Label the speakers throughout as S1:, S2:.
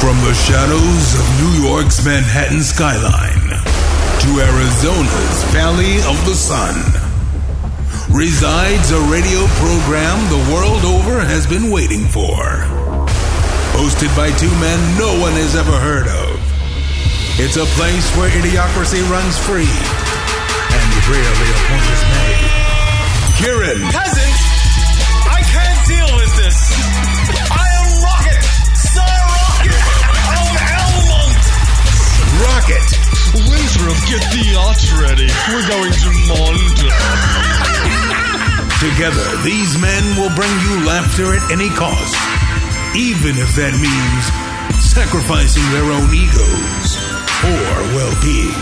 S1: From the shadows of New York's Manhattan skyline to Arizona's Valley of the Sun resides a radio program the world over has been waiting for. Hosted by two men no one has ever heard of. It's a place where idiocracy runs free and rarely a point is made. Kieran.
S2: Peasants, I can't deal with this. I am Rocket, Sir Rocket of Elmont.
S1: Rocket.
S3: Winthrop, get the yacht ready. We're going to Mondo.
S1: Together, these men will bring you laughter at any cost, even if that means sacrificing their own egos or well being.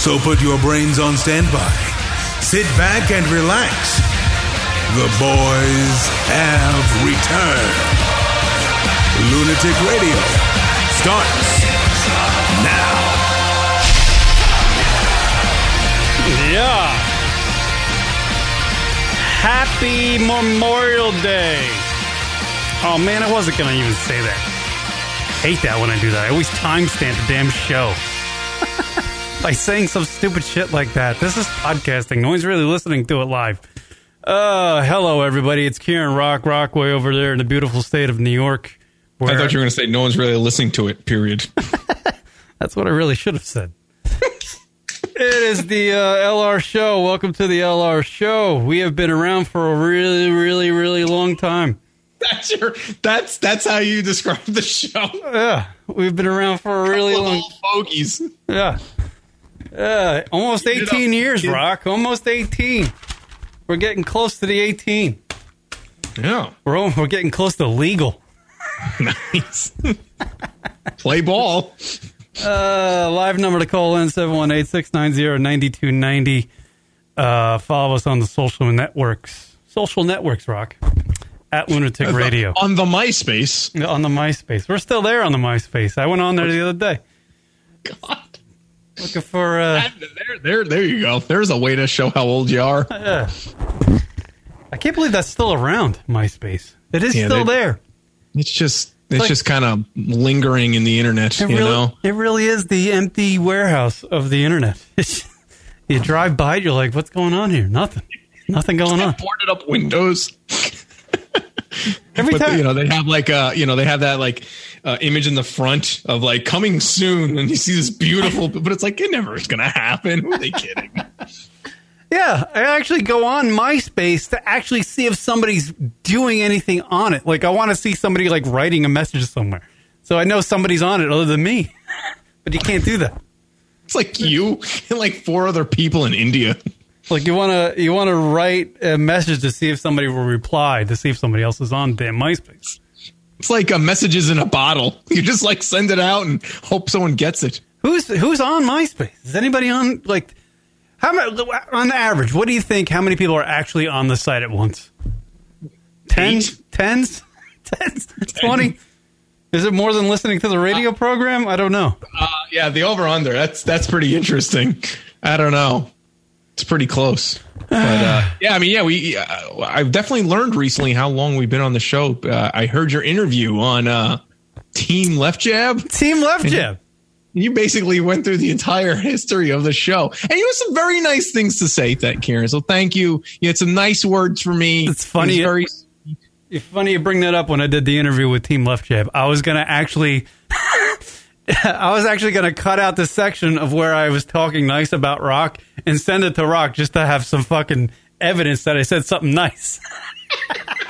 S1: So put your brains on standby, sit back, and relax. The boys have returned. Lunatic Radio starts now.
S3: Yeah. Happy Memorial Day. Oh man, I wasn't gonna even say that. Hate that when I do that. I always timestamp the damn show by saying some stupid shit like that. This is podcasting. No one's really listening to it live. Uh, hello everybody. It's Kieran Rock Rockway over there in the beautiful state of New York.
S4: I
S3: where-
S4: thought you were going to say no one's really listening to it. Period.
S3: That's what I really should have said. it is the uh, LR show. Welcome to the LR show. We have been around for a really, really, really long time.
S4: that's your. That's that's how you describe the show.
S3: Yeah, we've been around for a really long.
S4: Little bogeys.
S3: Yeah, yeah, almost
S4: it
S3: eighteen
S4: up,
S3: years,
S4: kid.
S3: Rock. Almost eighteen. We're getting close to the eighteen.
S4: Yeah.
S3: We're al- we're getting close to legal.
S4: Nice. Play ball.
S3: Uh, live number to call in 718-690-9290. Uh, follow us on the social networks. Social networks, Rock. At Lunatic Radio.
S4: on the MySpace.
S3: On the MySpace. We're still there on the MySpace. I went on there the other day.
S4: God.
S3: Looking for uh
S4: There, there, there you go. There's a way to show how old you are.
S3: I can't believe that's still around, MySpace. It is
S4: Yeah,
S3: still
S4: they-
S3: there.
S4: It's just, it's
S3: like-
S4: just kind of lingering in the internet.
S3: It
S4: you
S3: really,
S4: know.
S3: it really is the empty warehouse of the internet. you drive by it, you're like, what's going on here? Nothing. Nothing going on.
S4: Boarded up windows.
S3: Every
S4: But
S3: time
S4: you know they have like uh you know they have that like uh, image in the front of like coming soon, and you see this beautiful, but it's like it never is gonna happen. Who are they kidding?
S3: Yeah, I actually go on MySpace to actually see if somebody's doing anything on it. Like I want to see somebody like writing a message somewhere. So I know somebody's on it other than me. but you can't do that.
S4: It's like you and like four other people in India.
S3: Like you want to you want to write a message to see if somebody will reply, to see if somebody else is on damn MySpace.
S4: It's like uh, messages in a bottle. You just like send it out and hope someone gets it.
S3: Who's who's on MySpace? Is anybody on like how many on average, what do you think how many people are actually on the site at once? Tens?
S4: Eight.
S3: Tens? Tens? Twenty? Is it more than listening to the radio program? I don't know.
S4: Uh, yeah, the over under. That's that's pretty interesting. I don't know. It's pretty close. But uh, yeah, I mean, yeah, we. Uh, I've definitely learned recently how long we've been on the show. Uh, I heard your interview on uh, Team Left Jab.
S3: Team Left Jab.
S4: You basically went through the entire history of the show, and you had some very nice things to say, that Karen. So thank you. You had some nice words for me.
S3: It's funny.
S4: It was very
S3: It's funny you bring that up when I did the interview with Team Left Jab. I was going to actually. I was actually going to cut out the section of where I was talking nice about Rock and send it to Rock just to have some fucking evidence that I said something nice.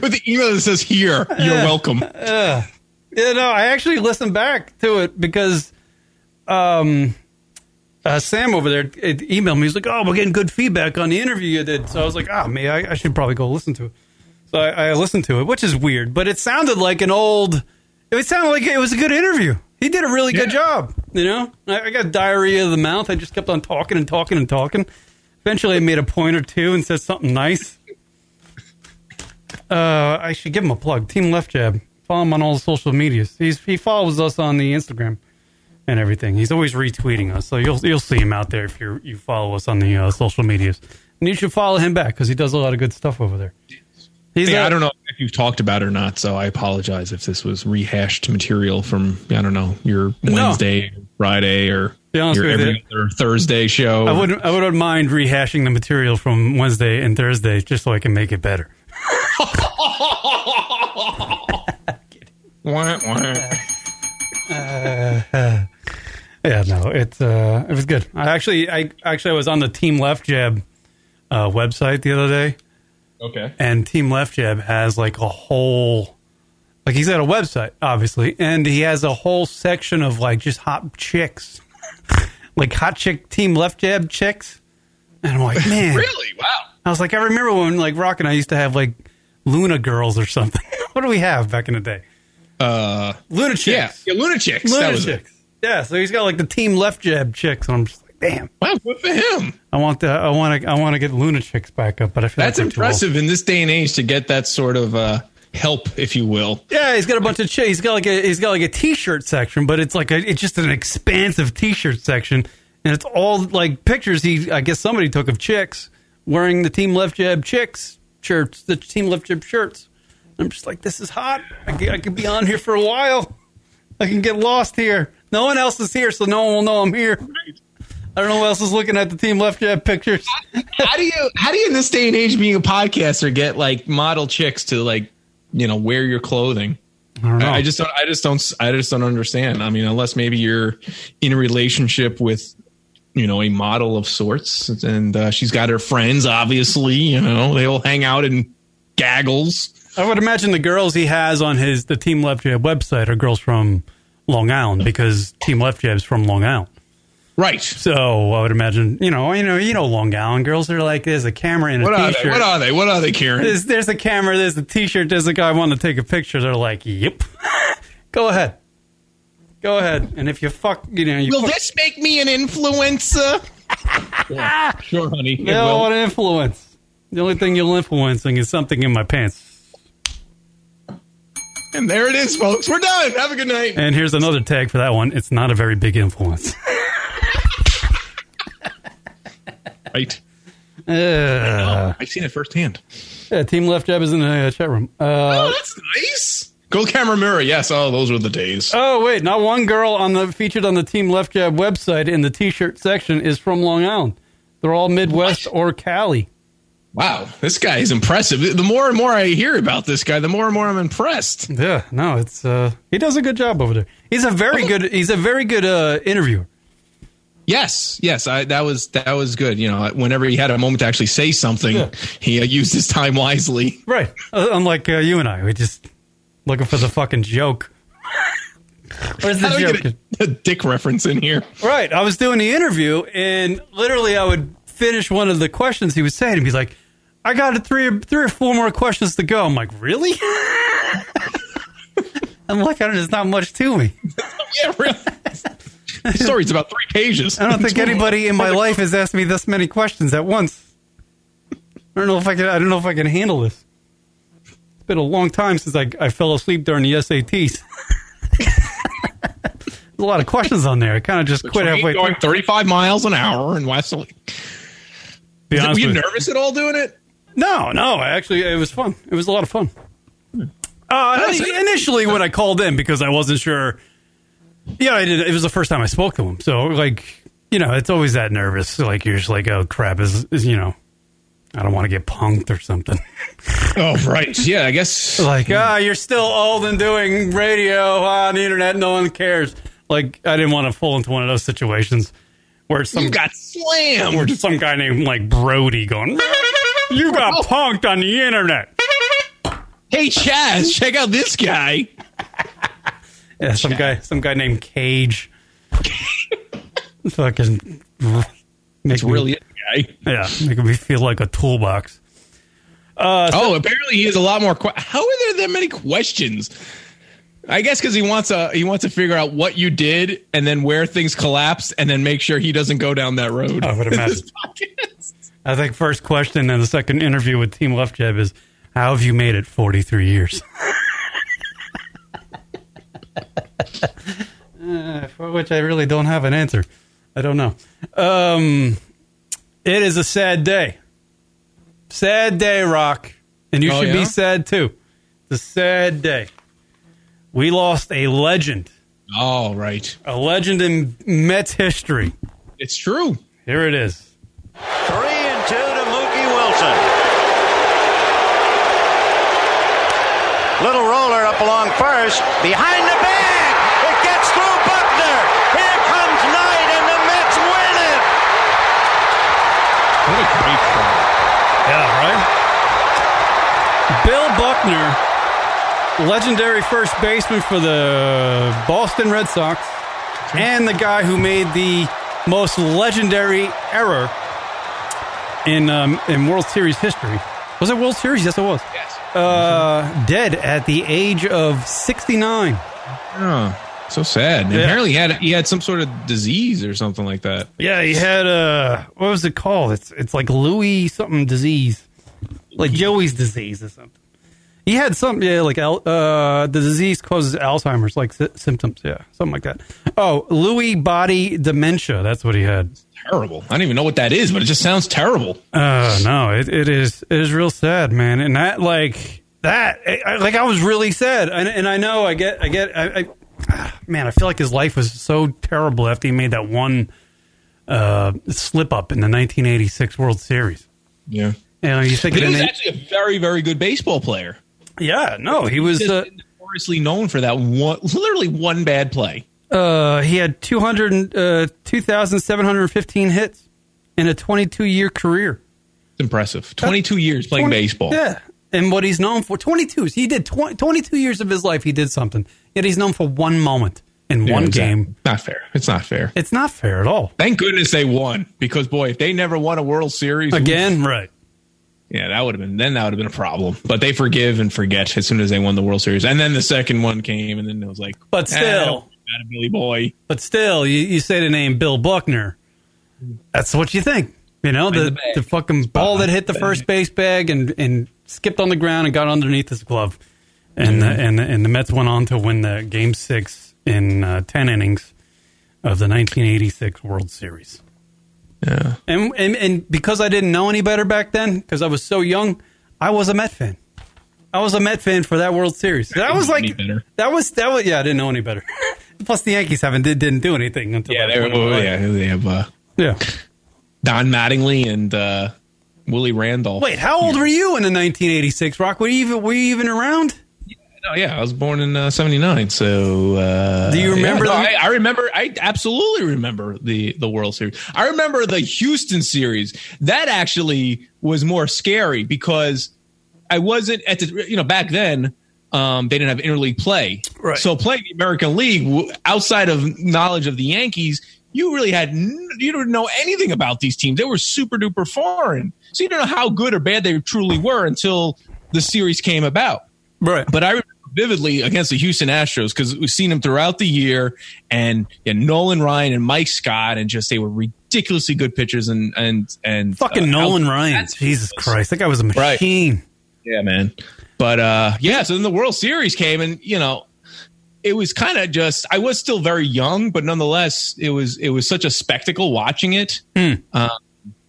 S4: with the email that says here you're welcome
S3: You know, I actually listened back to it because um, uh, Sam over there it emailed me. He's like, "Oh, we're getting good feedback on the interview you did." So I was like, "Ah, me, I, I should probably go listen to it." So I, I listened to it, which is weird, but it sounded like an old. It sounded like it was a good interview. He did a really good job. You know, I, I got diarrhea of the mouth. I just kept on talking and talking and talking. Eventually, I made a point or two and said something nice. Uh, I should give him a plug. Team Left Jab. Follow him on all the social medias. He's he follows us on the Instagram and everything. He's always retweeting us, so you'll you'll see him out there if you you follow us on the uh, social medias. And you should follow him back because he does a lot of good stuff over there. He's
S4: yeah
S3: a-
S4: i don't know if you've talked about or not. So I apologize if this was rehashed material from I don't know your
S3: No.
S4: Wednesday, Friday, or
S3: Be honest
S4: your
S3: with you,
S4: every other Thursday show.
S3: I wouldn't. I wouldn't mind rehashing the material from Wednesday and Thursday just so I can make it better.
S4: Wah, wah.
S3: Yeah, no, it uh, it was good. I actually, I actually, I was on the Team Left Jab uh, website the other day,
S4: Okay.
S3: and Team Left Jab has like a whole, like he's at a website, obviously, and he has a whole section of like just hot chicks, like hot chick Team Left Jab chicks, and I'm like, man,
S4: Really? Wow.
S3: I was like, I remember when like Rock and I used to have like Luna girls or something. what do we have back in the day?
S4: Uh,
S3: Luna chicks.
S4: yeah, yeah, Lunatics. That was it.
S3: Lunatics. Yeah, so he's got like the team left jab chicks, and I'm just like, damn,
S4: Wow, good for him.
S3: I want the, I want to, I want to get lunatics back up, but I feel
S4: That's
S3: like they're too old.
S4: impressive in this day and age to get that sort of uh, help, if you will.
S3: Yeah, he's got a bunch of chicks. He's got like a, he's got like a t-shirt section, but it's like a, it's just an expansive t-shirt section, and it's all like pictures. He, I guess somebody took of chicks wearing the team left jab chicks shirts, the team left jab shirts. I'm just like, this is hot. I, c- I could be on here for a while. I can get lost here. No one else is here, so no one will know I'm here. I don't know who else is looking at the team left jab pictures.
S4: How do you, how do you in this day and age, being a podcaster, get like model chicks to like, you know, wear your clothing?
S3: I don't know.
S4: I just don't. I just don't. I just don't understand. I mean, unless maybe you're in a relationship with, you know, a model of sorts, and uh, she's got her friends. Obviously, you know, they all hang out in gaggles.
S3: I would imagine the girls he has on his the Team Left Jab website are girls from Long Island because Team Left Jab's from Long Island.
S4: Right.
S3: So I would imagine, you know, you know, you know, Long Island girls are like, there's a camera and a
S4: What are
S3: shirt
S4: they? What are they? What are they, Karen?
S3: there's, there's a camera, there's a T-shirt, there's a guy wanting to take a picture. They're like, yep, go ahead, go ahead. And if you fuck, you know, you
S4: Will
S3: fuck,
S4: this make me an influencer? yeah, sure, honey. It
S3: you don't
S4: will.
S3: want to influence. The only thing you're influencing is something in my pants.
S4: And there it is, folks. We're done. Have a good night.
S3: And here's another tag for that one. It's not a very big influence.
S4: Right.
S3: Ugh.
S4: I've seen it firsthand.
S3: Yeah, Team Left Jab is in the uh, chat room.
S4: Oh,
S3: Uh,
S4: that's nice. Gold camera mirror. Yes. Oh, those were the days.
S3: oh wait, not one girl on the featured on the Team Left Jab website in the T-shirt section is from Long Island. They're all Midwest or Cali.
S4: Wow, this guy is impressive. The more and more I hear about this guy, the more and more I'm impressed.
S3: Yeah, no, it's uh, Oh. he does a good job over there. He's a very good. He's a very good uh, interviewer.
S4: Yes, yes, I, that was that was good. You know, whenever he had a moment to actually say something,
S3: Yeah.
S4: he uh, used his time wisely.
S3: Right, uh, unlike uh, you and I, we just looking for the fucking joke. Where's the
S4: How do we
S3: joke?
S4: get a, a dick reference in here?
S3: Right. I was doing the interview, and literally, I would finish one of the questions he was saying, and be like, "I got three, three or four more questions to go." I'm like, "Really?" I'm like, I don't, "There's not much to me.
S4: Yeah, really. the story's about three pages.
S3: I don't think anybody in my life has asked me this many questions at once. I don't know if I can. I don't know if I can handle this. It's been a long time since I, I fell asleep during the SATs." There's A lot of questions on there. I kind of just quit
S4: Train
S3: halfway.
S4: going 35 miles an hour in Wesley.
S3: Be
S4: Were
S3: honest
S4: you
S3: with you.
S4: nervous at all doing it?
S3: No, no. I Actually, it was fun. It was a lot of fun. Uh,
S4: Nice.
S3: initially, when I called in because I wasn't sure. Yeah, I did. It was the first time I spoke to him, so like you know, it's always that nervous. Like you're just like, oh crap, is, is you know, I don't want to get punked or something.
S4: Oh, right. Yeah, I guess.
S3: like ah, you're still old and doing radio on the internet. No one cares. Like I didn't want to fall into one of those situations where some
S4: You got
S3: or
S4: slammed.
S3: some guy named like Brody going, you got punked on the internet.
S4: Hey, Chaz, check out this guy.
S3: Yeah, some guy, some guy named Cage. Fucking make
S4: It's
S3: me,
S4: really it, guy.
S3: yeah, making me feel like a toolbox.
S4: Oh, apparently he has a lot more. Que- How are there that many questions? I guess because he wants to he wants to figure out what you did and then where things collapse and then make sure he doesn't go down that road.
S3: I would imagine. I think first question and the second interview with Team Left Jab is, how have you made it forty three years? Uh, for which I really don't have an answer. I don't know. Um, it is a sad day. Sad day, Rock, and you
S4: Oh,
S3: should
S4: yeah?
S3: be sad too. a sad day. We lost a legend,
S4: All right.
S3: a legend in Mets history.
S4: It's true.
S3: Here it is.
S5: Three and two to Mookie Wilson. Little roller up along first, behind the bag. It gets through Buckner. Here comes Knight, and the Mets win it.
S4: What a great call.
S3: Yeah, right? Bill Buckner, legendary first baseman for the Boston Red Sox, and the guy who made the most legendary error in, um, in World Series history. Was it World Series? Yes, it was.
S4: Yes.
S3: Uh, dead at the age of 69.
S4: Oh, so sad. And
S3: Yeah.
S4: Apparently, he had he had some sort of disease or something like that.
S3: Yeah, he had a what was it called? It's it's like Louis something disease, like Joey's disease or something. He had some yeah, like al- uh, the disease causes Alzheimer's like sy- symptoms, yeah, something like that. Oh, Louis body dementia. That's what he had.
S4: Terrible. I don't even know what that is, but it just sounds terrible.
S3: Uh, no, it, it is it is real sad, man. And that like that eh, I- I, like I was really sad, and, and I know I get I get I, I ah, man, I feel like his life was so terrible after he made that one uh, slip up in the 1986 World Series.
S4: Yeah.
S3: You know, you think
S4: He
S3: of the
S4: was
S3: name-
S4: actually a very, very good baseball player.
S3: yeah, no, he was
S4: Just
S3: uh,
S4: notoriously known for that one, literally one bad play.
S3: uh, he had 200 and, uh, 2,715 hits in a 22 year career.
S4: It's impressive. 22 years playing
S3: 20
S4: baseball.
S3: Yeah. And what he's known for 22. He did 20, 22 years of his life he did something. Yet he's known for one moment in
S4: Yeah,
S3: one
S4: exactly.
S3: game.
S4: Not fair. It's not fair.
S3: It's not fair at all.
S4: Thank goodness they won because boy, if they never won a World Series
S3: Again, right.
S4: yeah, that would have been then that would have been a problem. But they forgive and forget as soon as they won the World Series, and then the second one came, and then it was like,
S3: But
S4: "Ah,
S3: still."
S4: not a Billy Boy.
S3: But still, you, you say the name Bill Buckner. That's what you think. You know,
S4: In the
S3: the,
S4: bag.
S3: the fucking ball that hit the first base bag and, and skipped on the ground and got underneath his glove. And,
S4: Mm-hmm.
S3: the, and, the, and the Mets went on to win the game six in uh, 10 innings of the 1986 World Series.
S4: Yeah,
S3: And, and and because I didn't know any better back then, because I was so young, I was a Met fan. I was a Met fan for that World Series. That was
S4: know any
S3: like
S4: better.
S3: that was that was yeah. I didn't know any better. Plus, the Yankees haven't did, didn't do anything until
S4: yeah,
S3: that
S4: they, were,
S3: point in my life.
S4: yeah, they have uh,
S3: yeah.
S4: Don Mattingly and uh, Willie Randolph.
S3: Wait, how old were you in the 1986 Rock? Were you even were you even around?
S4: no, yeah, I was born in uh, '79, so uh,
S3: Do you
S4: yeah,
S3: remember
S4: no,
S3: the-
S4: I, I remember. I absolutely remember the the World Series. I remember the Houston series. That actually was more scary because I wasn't at the you know back then. Um, they didn't have interleague play,
S3: Right.
S4: so playing the American League w- outside of knowledge of the Yankees, you really had n- you didn't know anything about these teams. They were super duper foreign, so you didn't know how good or bad they truly were until the series came about.
S3: Right, but
S4: But I remember vividly against the Houston Astros because we've seen them throughout the year, and, and Nolan Ryan and Mike Scott, and just they were ridiculously good pitchers. And and and
S3: fucking
S4: uh,
S3: Nolan
S4: out-
S3: Ryan,
S4: that's-
S3: Jesus Christ, that guy was a machine.
S4: yeah, man. But uh, yeah, so then the World Series came, and you know, it was kind of just I was still very young, but nonetheless, it was it was such a spectacle watching it.
S3: Hmm.
S4: Um,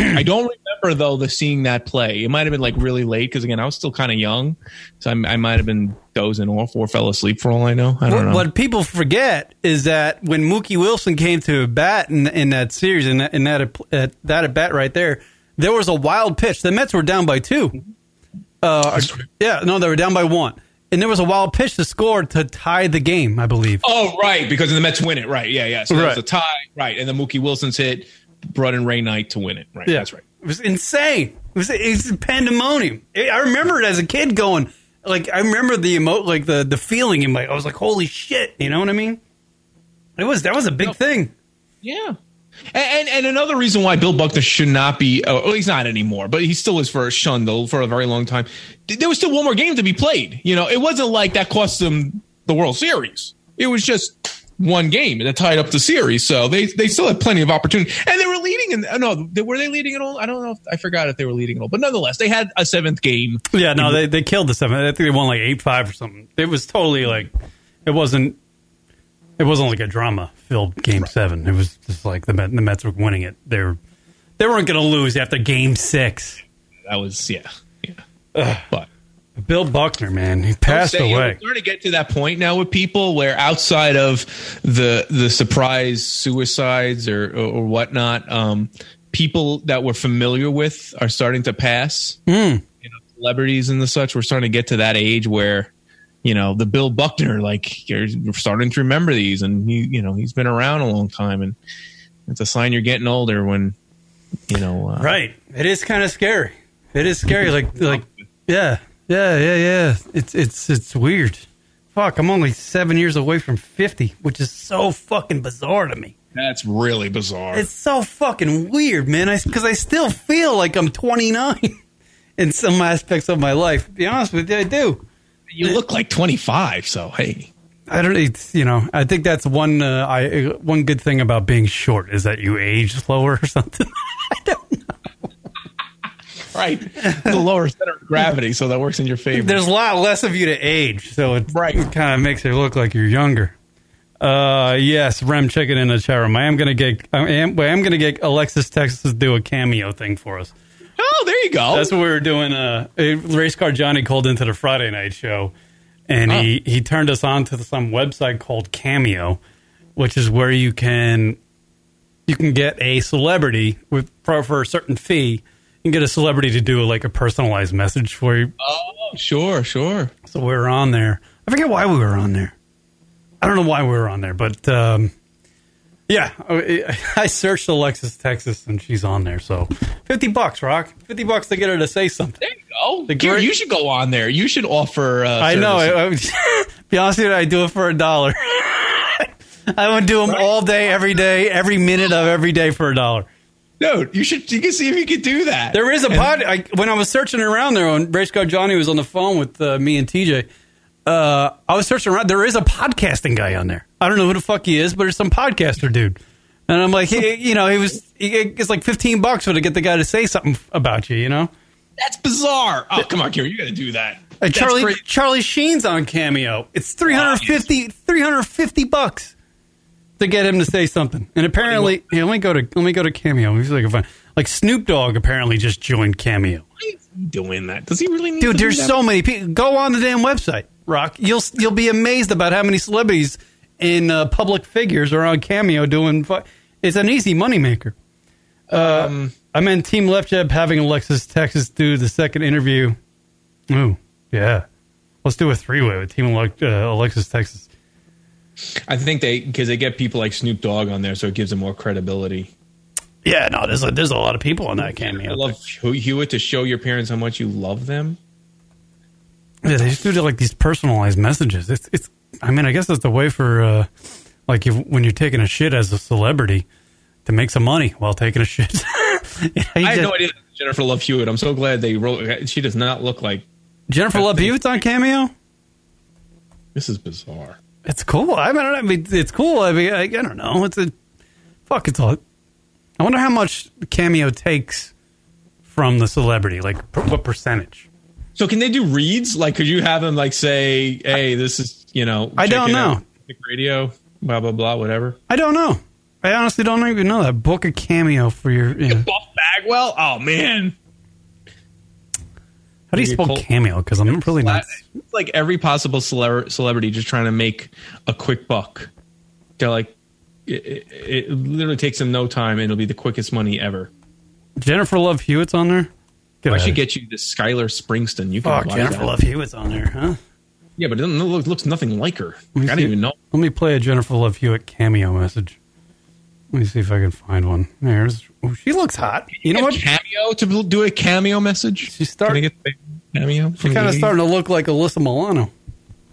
S4: I don't remember though the seeing that play. It might have been like really late because again, I was still kind of young, so I'm, I might have been dozing off or fell asleep for all I know. I don't
S3: What,
S4: know.
S3: what people forget is that when Mookie Wilson came to bat in, in that series, in that in that at, at, that at bat right there, there was a wild pitch. The Mets were down by two. Uh, yeah, no, they were down by one, and there was a wild pitch to score to tie the game, I believe.
S4: Oh, right, because the Mets win it. Right, yeah, yeah. So it was
S3: Right.
S4: a tie, right, and then Mookie Wilson's hit brought in Ray Knight to win it. Right, that's right.
S3: It was insane. It was it's pandemonium. It, I remember it as a kid going, like I remember the emo, like the the feeling in my. I was like, holy shit, you know what I mean? It was that was a big thing.
S4: Yeah. And, and and another reason why Bill Buckner should not be, oh, well, he's not anymore, but he still was for a shun though for a very long time. Th- There was still one more game to be played. You know, it wasn't like that cost them the World Series. It was just one game that tied up the series, so they they still had plenty of opportunity. And they were leading, and no, they, were they leading at all? I don't know. If, I forgot if they were leading at all, but nonetheless, they had a seventh game.
S3: Yeah, no, they they killed the seven. I think they won like eight five or something. It was totally like, it wasn't, it wasn't like a drama filled game seven. It was just like the Met, the Mets were winning it. They were, they weren't going to lose after game six.
S4: That was yeah, yeah. But
S3: Bill Buckner, man, he passed
S4: saying,
S3: away.
S4: We're starting to get to that point now with people where outside of the the surprise suicides or or, or whatnot, um, people that we're familiar with are starting to pass. You know, celebrities and the such. We're starting to get to that age where you know the Bill Buckner, like you're we're starting to remember these, and you you know he's been around a long time, and it's a sign you're getting older when you know uh,
S3: Right. It is kind of scary. It is scary. Like like yeah yeah yeah yeah. It's it's it's weird. Fuck, I'm only seven years away from fifty, which is so fucking bizarre to me.
S4: That's really bizarre.
S3: It's so fucking weird, man. I because I still feel like I'm 29 in some aspects of my life. To be honest with you, I do.
S4: you look like 25, so hey.
S3: I don't. It's, you know, I think that's one. Uh, I one good thing about being short is that you age slower or something.
S4: Right. the lower center of gravity, so that works in your favor.
S3: There's a lot less of you to age, so it
S4: Right.
S3: kind of makes it look like you're younger. Uh, yes, Rem, check it in the chat room. I am gonna get. I am, I am gonna get Alexis Texas to do a cameo thing for us.
S4: oh, there you go.
S3: That's what we were doing. Uh, a race car Johnny called into the Friday night show, and he he turned us on to some website called Cameo, which is where you can you can get a celebrity with for, for a certain fee. You can get a celebrity to do like a personalized message for you,
S4: oh, sure, sure.
S3: so we were on there. I forget why we were on there. I don't know why we were on there, but um, yeah, I I searched Alexis Texas and she's on there. So fifty bucks, Rock. Fifty bucks to get her to say something.
S4: There you go.
S3: The
S4: Dude,
S3: great-
S4: you should go on there. You should offer. Uh,
S3: I know.
S4: services.
S3: I, I would, be honest with you, I do it for a dollar. I would do them all day, every day, every minute of every day for a dollar.
S4: Dude, you should. You can see if you could do that.
S3: There is a pod. I, when I was searching around there, when Race Car Johnny was on the phone with uh, me and TJ, uh, I was searching around. There is a podcasting guy on there. I don't know who the fuck he is, but it's some podcaster dude. And I'm like, he, you know, he was. He, it's like 15 bucks for to get the guy to say something f- about you. You know,
S4: That's bizarre. Oh, come on, Kieran. You got to do that.
S3: Uh,
S4: That's
S3: Charlie
S4: crazy.
S3: Charlie Sheen's on Cameo. It's 350, 350 bucks to get him to say something. And apparently, here, let me go to let me go to Cameo. Let me see if I can find- Like Snoop Dogg apparently just joined Cameo.
S4: Why is he doing that? Does he really need to
S3: Dude,
S4: do
S3: there's
S4: that?
S3: so many people. Go on the damn website, Rock. You'll you'll be amazed about how many celebrities and uh, public figures are on Cameo doing. Fu- it's an easy moneymaker. Uh, I'm in Team Left Jab having Alexis Texas do the second interview. Ooh, yeah. Let's do a three way with Team Ale- uh, Alexis Texas.
S4: I think they because they get people like Snoop Dogg on there, so it gives them more credibility.
S3: Yeah, no, there's a, there's a lot of people on that
S4: I
S3: Cameo.
S4: love Hew- Hewitt to show your parents how much you love them.
S3: Yeah, they just do like these personalized messages. It's it's. I mean, I guess that's the way for uh, like if, when you're taking a shit as a celebrity to make some money while taking a shit.
S4: I had no idea Jennifer Love Hewitt. I'm so glad they wrote. She does not look like
S3: Jennifer Love Hewitt's on Cameo.
S4: this. Is bizarre.
S3: It's cool. I mean, I don't- I mean, it's cool. I mean, I, I don't know. It's a fuck. It's all. I wonder how much Cameo takes from the celebrity. Like, per, what percentage?
S4: So can they do reads? Like, could you have them like say, "Hey, this is you know."
S3: I
S4: check
S3: don't
S4: it
S3: know.
S4: out. Like Radio, blah blah blah, whatever.
S3: I don't know. I honestly don't even know that. Book a Cameo for your. You know.
S4: Buff Bagwell. Oh man,
S3: How do you
S4: Your
S3: spell
S4: cult-
S3: Cameo? Because I'm really not.
S4: it's like every possible cele- celebrity just trying to make a quick buck. They're like, it, it, it literally takes them no time, and it'll be the quickest money ever.
S3: Jennifer Love Hewitt's on there. Get
S4: I
S3: outta
S4: should
S3: here.
S4: get you this Skylar Springsteen. You can
S3: Fuck,
S4: buy
S3: Jennifer
S4: that.
S3: Love Hewitt's on there, huh?
S4: Yeah, but it doesn't look, looks nothing like her.
S3: me
S4: Like, I don't
S3: see.
S4: even know.
S3: Let me play a Jennifer Love Hewitt cameo message. Let me see if I can find one. There's. Oh, she looks hot. You know
S4: A
S3: what?
S4: cameo to do a cameo message.
S3: She's start-
S4: Can I get the cameo.
S3: She's kind of starting to look like Alyssa Milano.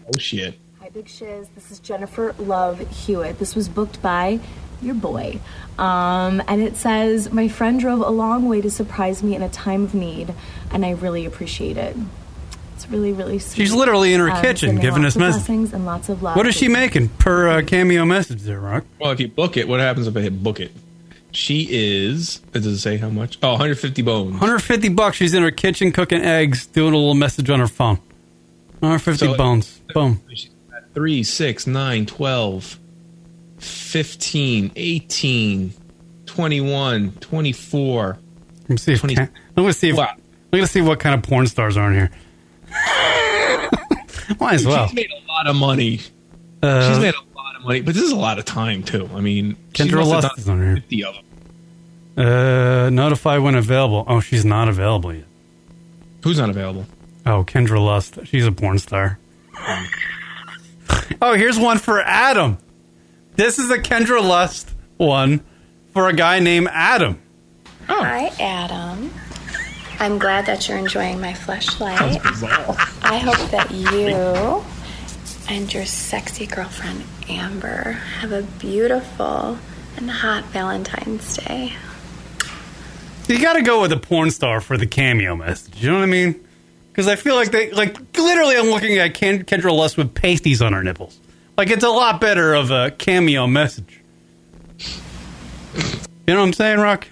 S4: Oh shit.
S6: Hi, Big Shiz. This is Jennifer Love Hewitt. This was booked by your boy. Um, and it says, My friend drove a long way to surprise me in a time of need, and I really appreciate it. It's really, really sweet. Um,
S3: She's literally in her kitchen
S6: sending
S3: giving
S6: lots
S3: us
S6: of
S3: messages.
S6: blessings and lots of love.
S3: What is she making per uh, cameo message there, Rock?
S4: Well, if you book it, what happens if I hit book it? She is. It doesn't say how much. Oh, 150 bones.
S3: 150 bucks. She's in her kitchen cooking eggs, doing a little message on her phone. 150
S4: So-
S3: bones. Boom.
S4: She's got 3, 6, 9, 12, 15, 18, 21, 24.
S3: Let me see if.
S4: 20
S3: Ca- I'm gonna see if.
S4: Wow.
S3: I'm gonna see what kind of porn stars are on here. Might as well.
S4: She's made a lot of money.
S3: Uh,
S4: she's made a lot of money, but this is a lot of time too. I mean, she
S3: Kendra
S4: must have
S3: Lust
S4: done
S3: is on here.
S4: 50 of them.
S3: uh, notify when available. Oh, she's not available yet.
S4: Who's not available?
S3: Oh, Kendra Lust. She's a porn star. oh, here's one for Adam. This is a Kendra Lust one for a guy named Adam.
S7: Hi, Adam. I'm glad that you're enjoying my flashlight. I hope that you and your sexy girlfriend, Amber, have a beautiful and hot Valentine's Day.
S3: You got to go with a porn star for the cameo message. You know what I mean? Because I feel like they like literally. I'm looking at Ken, Kendra Lust with pasties on her nipples. Like it's a lot better of a cameo message. You know what I'm saying, Rock?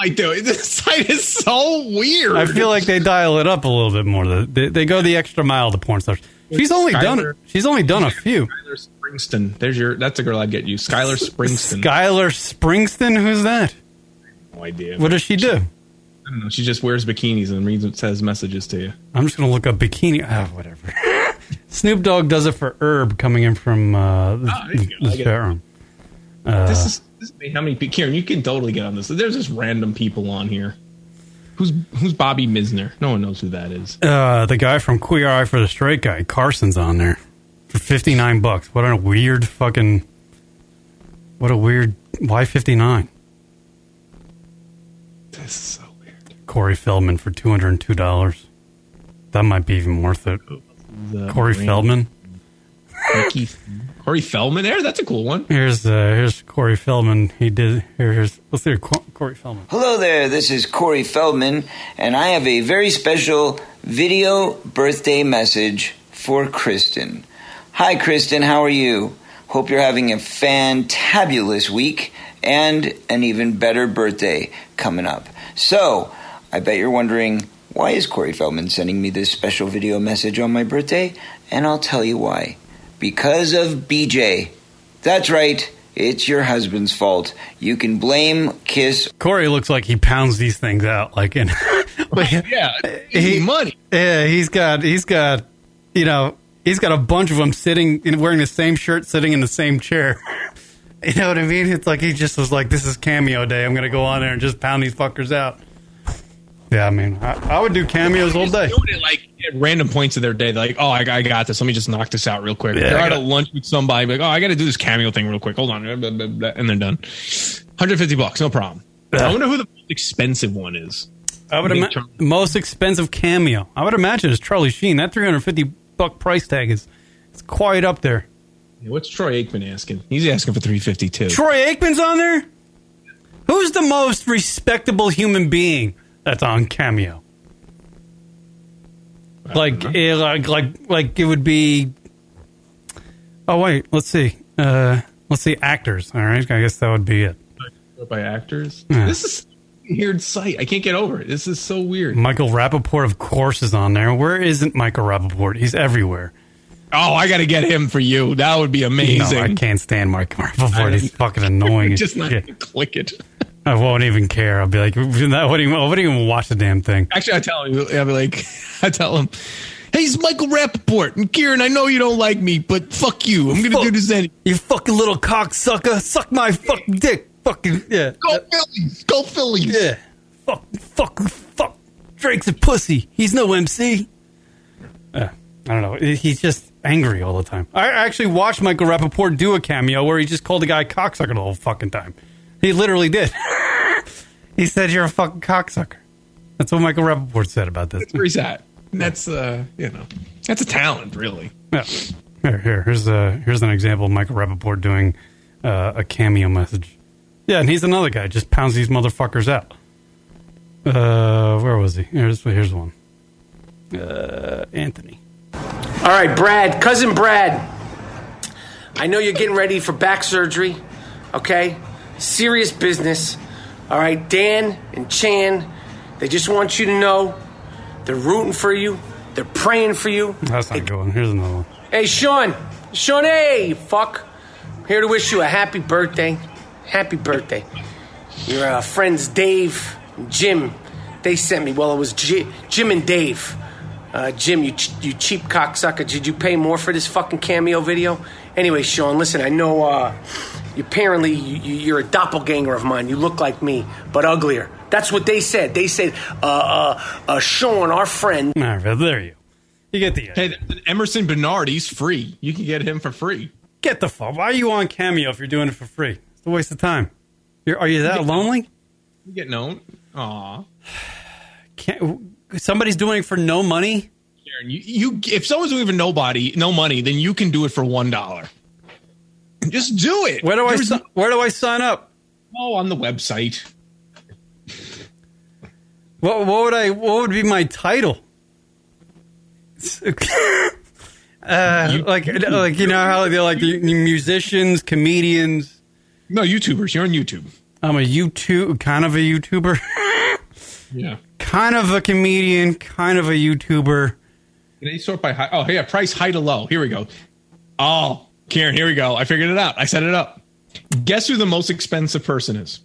S4: I do. This site is so weird.
S3: I feel like they dial it up a little bit more. They, they go the extra mile to porn stars. She's only done.
S4: Skylar.
S3: She's only done a few.
S4: Skylar Springsteen. There's your. That's a girl I'd get you. Skylar Springsteen.
S3: Skylar Springsteen. Who's that?
S4: no idea.
S3: What does she do?
S4: I don't know. She just wears bikinis and reads and says messages to you.
S3: I'm just gonna look up bikini. Ah, whatever. Snoop Dogg does it for Herb coming in from uh, the,
S4: Ah, there you go.
S3: the
S4: I get it.
S3: spare room.
S4: this is this is how many pe- Kieran? You can totally get on this. There's just random people on here. Who's who's Bobby Misner? No one knows who that is.
S3: Uh, the guy from Queer Eye for the Straight Guy, Carson's on there for fifty nine bucks. What a weird fucking. What a weird. Why fifty nine?
S4: This is so weird.
S3: Corey Feldman for two hundred and two dollars. That might be even worth it.
S4: The
S3: Corey
S4: Marine-
S3: Feldman.
S4: Mickey- Corey Feldman. There, that's a cool one.
S3: Here's uh, here's Corey Feldman. He did here's let's hear Cor- Corey Feldman.
S8: Hello there, this is Corey Feldman, and I have a very special video birthday message for Kristen. Hi, Kristen, how are you? Hope you're having a fantabulous week and an even better birthday coming up. So, I bet you're wondering why is Corey Feldman sending me this special video message on my birthday? And I'll tell you why. Because of BJ. That's right, it's your husband's fault. You can blame, kiss,
S3: Corey looks like he pounds these things out like in.
S4: Yeah, easy money.
S3: Yeah, he's got he's got you know he's got a bunch of them sitting in wearing the same shirt, sitting in the same chair. you know what I mean? It's like he just was like, "This is cameo day. I'm gonna go on there and just pound these fuckers out." Yeah, I mean, I, I would do cameos all day.
S4: Doing it like at random points of their day, they're like, oh, I, I got this. Let me just knock this out real quick.
S3: Yeah,
S4: they're
S3: I
S4: out
S3: got-
S4: at lunch with somebody, like, oh, I got to do this cameo thing real quick. Hold on, blah, blah, blah, blah, and they're done. 150 bucks, no problem.
S3: Yeah.
S4: I wonder who the most expensive one is.
S3: I would
S4: Big
S3: ima-
S4: Charlie.
S3: most expensive cameo. I would imagine is Charlie Sheen. That 350 buck price tag is it's quite up there.
S4: What's Troy Aikman asking? He's asking for 352.
S3: Troy Aikman's on there. Who's the most respectable human being that's on Cameo? Like, eh, like, like, like it would be. Oh wait, let's see. Uh, let's see actors. All right, I guess that would be it.
S4: by actors. This is a weird sight. I can't get over it. This is so weird.
S3: Michael Rappaport, of course, is on there. Where isn't Michael Rappaport? He's everywhere.
S4: Oh, I got to get him for you. That would be
S3: No,
S4: amazing.
S3: I can't stand Michael Rappaport. He's fucking annoying. as
S4: Just not
S3: shit.
S4: even click it.
S3: I won't even care. I'll be like, I wouldn't even, I wouldn't even watch the damn thing.
S4: Actually, I tell him. I'll be like, I tell him, hey, it's Michael Rappaport. And Kieran, I know you don't like me, but fuck you. I'm going to
S3: Fuck.
S4: do this anyway.
S3: You fucking little cocksucker. Suck my fucking dick. Fucking, yeah.
S4: Go Phillies. Go Phillies.
S3: Yeah. Fuck, fuck, fuck. Drake's a pussy. He's no MC. Uh, I don't know. He- He's just angry all the time. I actually watched Michael Rappaport do a cameo where he just called the guy cocksucker the whole fucking time. He literally did. he said, You're a fucking cocksucker. That's what Michael Rappaport said about this.
S4: Where he's at. And that's, uh, you know, that's a talent, really.
S3: Yeah. Here, here, here's a here's an example of Michael Rappaport doing uh, a cameo message. Yeah, and he's another guy just pounds these motherfuckers out. Uh, where was he? Here's here's one. Uh, Anthony.
S9: All right, Brad, cousin Brad. I know you're getting ready for back surgery, okay? Serious business. All right, Dan and Chan, they just want you to know they're rooting for you, they're praying for you.
S3: That's not a good one. Here's another one.
S9: Hey, Sean, Sean, hey, you fuck. I'm here to wish you a happy birthday. Happy birthday. Your uh, friends Dave and Jim, they sent me. Well, it was J- Jim and Dave. Uh, Jim, you, ch- you cheap cocksucker, did you pay more for this fucking cameo video? Anyway, Sean, listen, I know uh, you- apparently you, you, you're a doppelganger of mine. You look like me, but uglier. That's what they said. They said, uh, uh, uh, Sean, our friend,
S3: All right, well, there you go. You get the
S4: Hey, Emerson Bernard, he's free. You can get him for free.
S3: Get the fuck. Why are you on Cameo if you're doing it for free? It's a waste of time. You're, are you that lonely?
S4: You get known. Aw.
S3: Can't, somebody's doing it for no money?
S4: Karen, you, you if someone's doing it for nobody, no money, then you can do it for one dollar. Just do it.
S3: Where do I
S4: There's
S3: si- where do I sign up?
S4: no oh, on the website?
S3: What what would I what would be my title? uh, like like you know how they're like the musicians, comedians.
S4: No, YouTubers. You're on YouTube.
S3: I'm a YouTube kind of a YouTuber,
S4: Yeah.
S3: kind of a comedian, kind of a YouTuber.
S4: Can they sort by high? Oh, yeah. Price high to low. Here we go. Oh, Karen. Here we go. I figured it out. I set it up. Guess who the most expensive person is?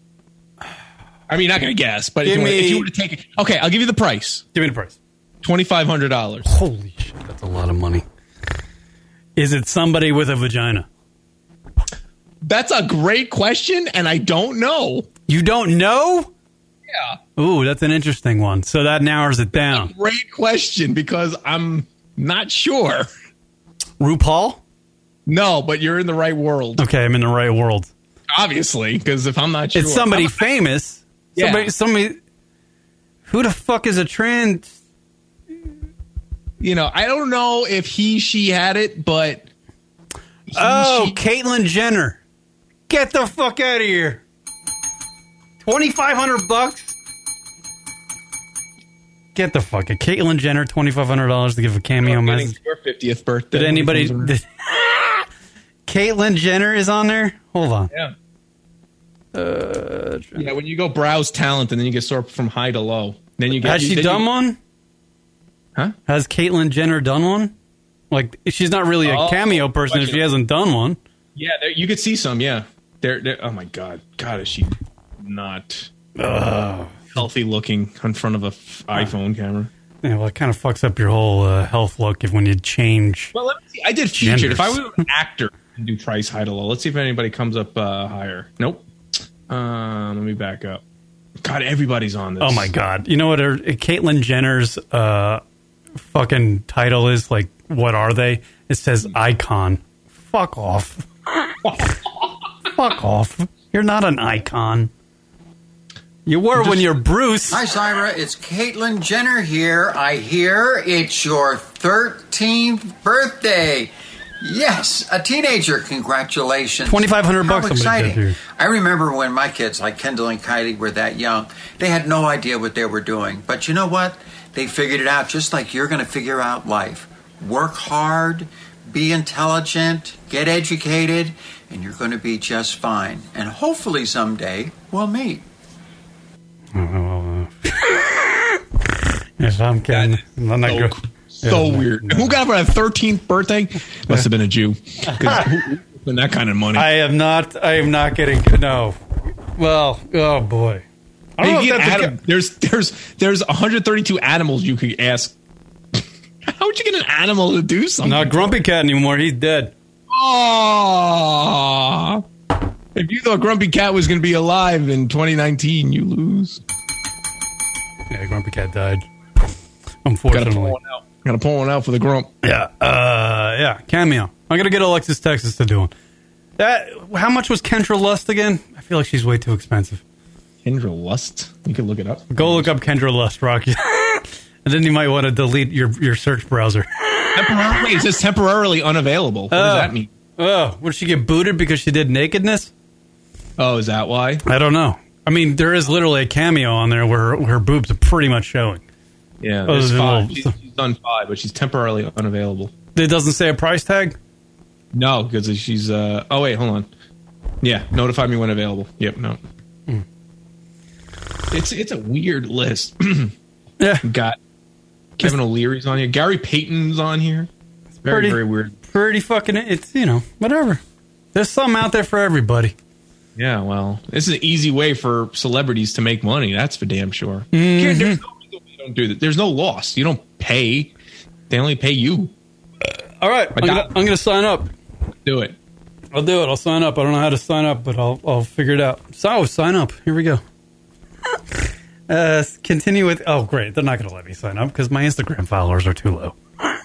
S4: I mean, not gonna guess, but if
S3: Give
S4: you, were, if
S3: me-
S4: you were to take it, okay, I'll give you the price
S3: Give me the price.
S4: twenty five hundred dollars.
S3: Holy shit, that's a lot of money. Is it somebody with a vagina?
S4: That's a great question, and I don't know.
S3: You don't know?
S4: Yeah.
S3: Ooh, that's an interesting one. So that narrows it down.
S4: Great question because I'm not sure.
S3: RuPaul?
S4: No, but you're in the right world,
S3: Okay, I'm in the right world.
S4: obviously. Because if I'm not sure,
S3: It's somebody famous.
S4: Yeah.
S3: Somebody, somebody. Who the fuck is a trans?
S4: you know, I don't know if he she had it, but
S3: Oh, Caitlyn Jenner. Get the fuck out of here. Twenty five hundred bucks. Get the fuck. A Caitlyn Jenner, twenty five hundred dollars to give a cameo
S4: getting
S3: message.
S4: to her fiftieth birthday.
S3: Did
S4: when he
S3: anybody?
S4: comes around.
S3: Did, Caitlyn Jenner is on there. Hold on.
S4: yeah.
S3: Uh,
S4: yeah, when you go browse talent and then you get sort from high to low, then you get.
S3: Has
S4: you,
S3: she
S4: then
S3: done
S4: you-
S3: one?
S4: Huh?
S3: Has Caitlyn Jenner done one? Like she's not really a
S4: Oh,
S3: cameo person if she
S4: question.
S3: hasn't done one.
S4: Yeah, there, you could see some. Yeah, there. there- Oh my god, God, is she not healthy looking in front of a f- iPhone camera?
S3: Yeah, well, it kind of fucks up your whole uh, health look if when you change.
S4: Well, let me see. I did featured. If I
S3: Genders.
S4: was an actor and do price high to low, let's see if anybody comes up uh, higher. Nope. Um, let me back up. God, everybody's on this.
S3: Oh my god! You know what? Her, Caitlyn Jenner's uh, fucking title is like, what are they? It says icon. Fuck off. Fuck off. You're not an icon. You were when you're Bruce.
S10: Hi, Syra. It's Caitlin Jenner here. I hear it's your 13th birthday. Yes, a teenager. Congratulations.
S3: 2,500
S10: How
S3: bucks somebody
S10: exciting.
S3: did here.
S10: I remember when my kids, like Kendall and Kylie, were that young. They had no idea what they were doing. But you know what? They figured it out just like you're going to figure out life. Work hard, be intelligent, get educated, and you're going to be just fine. And hopefully someday we'll meet.
S3: If I'm kidding, I'm not
S4: So,
S3: good.
S4: so
S3: Yeah, no,
S4: weird.
S3: no.
S4: Who got it for a thirteenth birthday? Must have been a Jew. 'Cause who- who spent that kind of money.
S3: I am not. I am not getting. No. Well. Oh boy. I
S4: Hey,
S3: don't
S4: you
S3: know if
S4: get
S3: that's a
S4: anim- there's there's there's 132 animals you could ask. How would you get an animal to do something?
S3: Not Grumpy Cat anymore. He's dead.
S4: Aw. If you thought Grumpy Cat was going to be alive in 2019, you lose.
S3: Yeah, Grumpy Cat died.
S4: Got to pull
S3: Unfortunately.
S4: one out. Got to pull one out for the grump.
S3: Yeah. Uh, yeah. Cameo. I'm gonna get Alexis Texas to do one. That. How much was Kendra Lust again? I feel like she's way too expensive.
S4: Kendra Lust. You can look it up.
S3: Go look up Kendra Lust, Rocky. and then you might want to delete your your search browser.
S4: Temporarily, it says temporarily unavailable. What
S3: Oh.
S4: does that mean?
S3: Oh, would she get booted because she did nakedness?
S4: Oh, is that why?
S3: I don't know. I mean, there is literally a cameo on there where her, her boobs are pretty much showing.
S4: Yeah,
S3: Oh,
S4: there's
S3: there's
S4: five.
S3: a
S4: She's,
S3: little-
S4: she's done five, but she's temporarily unavailable.
S3: It doesn't say a price tag.
S4: No, because she's. uh Oh wait, hold on. Yeah, notify me when available. Yep, no.
S3: Hmm.
S4: It's it's a weird list.
S3: Yeah,
S4: Got Kevin O'Leary's on here. Gary Payton's on here. Very
S3: pretty-
S4: very weird.
S3: pretty fucking. It's you know whatever. There's something out there for everybody.
S4: Yeah, well, this is an easy way for celebrities to
S3: Mm-hmm.
S4: make money. That's for damn sure. Kid, There's no reason why you don't do that. There's no loss. You don't pay. They only pay you.
S3: All right, I'm gonna,
S4: got-
S3: I'm gonna sign up.
S4: Do it.
S3: I'll do it. I'll sign up. I don't know how to sign up, but I'll I'll figure it out. So sign up. Here we go. Uh, s- continue with. Oh, great. They're not going to let me sign up because my Instagram followers are too low. I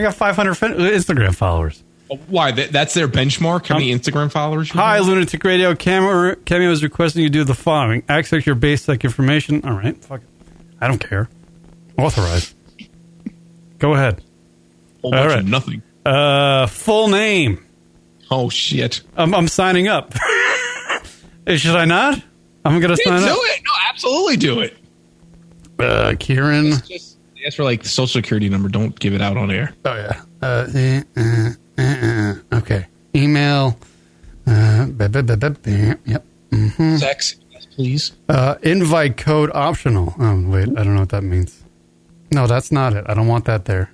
S3: got 500 fin- uh, Instagram followers.
S4: Why? That, that's their benchmark. How many Instagram followers? You
S3: Hi,
S4: have?
S3: Lunatic Radio. Cameo, Cameo is requesting you do the following: access your basic information. All right, fuck. It. I don't care. Authorize. Go ahead.
S4: Whole bunch
S3: all
S4: of
S3: right.
S4: nothing.
S3: Uh, full name.
S4: Oh shit!
S3: I'm, I'm signing up. Should I not? I'm gonna
S4: Yeah,
S3: sign
S4: do
S3: up.
S4: it. No, absolutely do it.
S3: Uh, Kieran.
S4: Just they ask for like the social security number. Don't give it out on air.
S3: Oh yeah. Uh, eh, eh, eh, eh. Okay. Email. Uh, ba- ba- ba- ba- ba- yep.
S4: Sex, yes, please.
S3: Uh, invite code optional. Oh wait, I don't know what that means. No, that's not it. I don't want that there.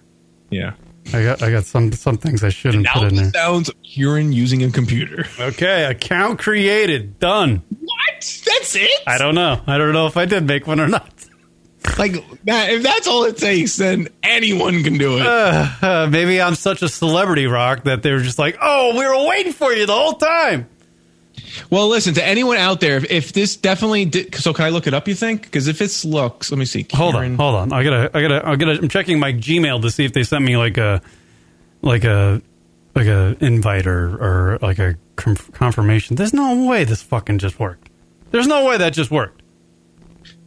S4: Yeah.
S3: I got I got some some things I shouldn't
S4: Now
S3: put in
S4: the
S3: there.
S4: sounds of urine using a computer.
S3: Okay, account created. Done.
S4: What? That's it?
S3: I don't know. I don't know if I did make one or not.
S4: Like that, if that's all it takes, then anyone can do it.
S3: Uh, maybe I'm such a celebrity rock that they were just like, "Oh, we were waiting for you the whole time."
S4: well, listen to anyone out there. If, if this definitely did, so can I look it up? You think? Because if it's looks, let me see.
S3: Hold
S4: Karen-
S3: on, hold on. I gotta, I gotta, I gotta. I'm checking my Gmail to see if they sent me like a, like a, like a invite or, or like a conf- confirmation. There's no way this fucking just worked. There's no way that just worked.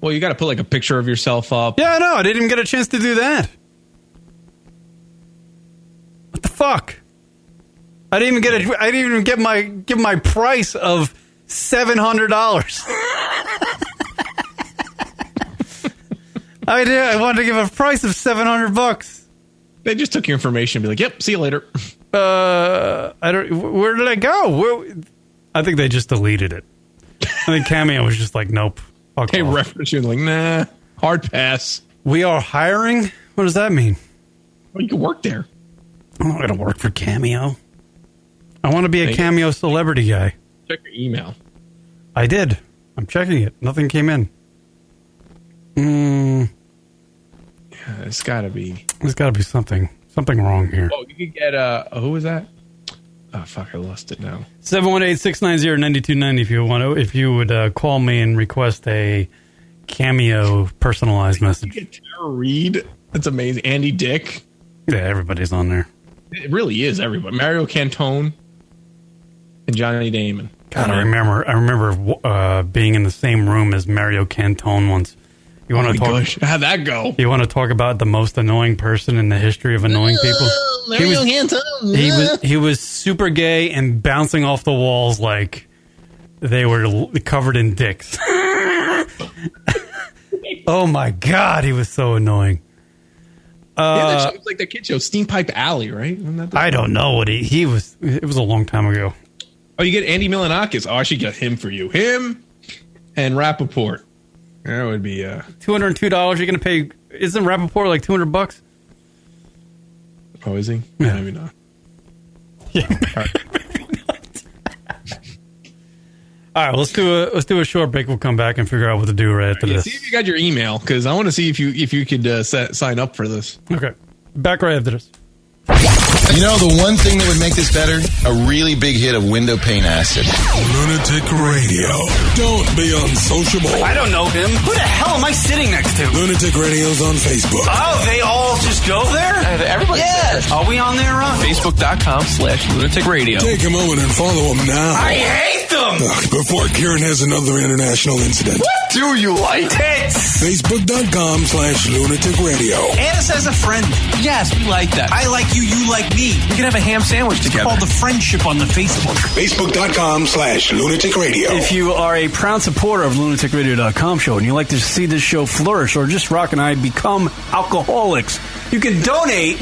S4: Well, you got to put like a picture of yourself up.
S3: Yeah, I know. I didn't even get a chance to do that. What the fuck? I didn't even get a, I didn't even get my give my price of seven hundred dollars. I did. I wanted to give a price of seven hundred bucks.
S4: They just took your information and be like, "Yep, see you later."
S3: Uh, I don't. wh- Where did I go? Where, I think they just deleted it. I think Cameo was just like, nope. Fuck
S4: They
S3: off.
S4: reference you and like, "Nah, hard pass."
S3: we are hiring. What does that mean?
S4: Well, you can work there.
S3: I'm not going to work for Cameo. I want to be a
S4: Hey.
S3: Cameo celebrity guy.
S4: Check your email.
S3: I did. I'm checking it. Nothing came in.
S4: Uh, It's got to be.
S3: There's got to be something. Something wrong here.
S4: Oh, you could get uh, who was that? Oh fuck, I lost it now.
S3: 718-690-9290 if you want to, if you would uh, call me and request a Cameo personalized message.
S4: Tara Reed. That's amazing. Andy Dick.
S3: Yeah, everybody's on there.
S4: It really is everybody. Mario Cantone and Johnny Damon.
S3: God, I remember. I remember uh, being in the same room as Mario Cantone once. You want
S4: Oh my
S3: to talk?
S4: gosh, how'd that go?
S3: You want to talk about the most annoying person in the history of annoying people? He was, he was he was super gay and bouncing off the walls like they were l- covered in dicks. oh my god, he was so annoying.
S4: yeah, that
S3: uh,
S4: show was like the kid show, Steam Pipe Alley, right? Isn't that the-
S3: I don't know what he he was. It was a long time ago.
S4: oh, you get Andy Milanakis. Oh, I should get him for you. Him and Rappaport. That would be uh
S3: Two hundred two dollars. You're gonna pay? Isn't Rappaport like two hundred bucks?
S4: oh, is he? Maybe not.
S3: All right, let's do a let's do a short break. We'll come back and figure out what to do right after
S4: Yeah,
S3: this.
S4: see if you got your email because I want to see if you if you could uh, set, sign up for this.
S3: Okay, back right after this.
S11: You know, the one thing that would make this better? A really big hit of window paint acid.
S1: Lunatic Radio. Don't be unsociable.
S2: I don't know him. Who the hell am I sitting next to?
S1: Lunatic Radio's on Facebook.
S2: Oh, they all just go there?
S5: Everybody yeah.
S2: Are we on there, Ron?
S5: Facebook.com slash lunatic radio.
S1: Take a moment and follow him now.
S2: I hate them!
S1: Ugh, Before Kieran has another international incident.
S5: Do you like
S2: Tits!
S1: Facebook.com slash lunatic radio.
S5: Add us as a friend. Yes, we like that. I like you, you like me. We can have a ham sandwich together. It's called the friendship on the Facebook.
S1: Facebook.com slash lunatic radio.
S2: If you are a proud supporter of lunaticradio.com show and you like to see this show flourish or just Rock and I become alcoholics, you can donate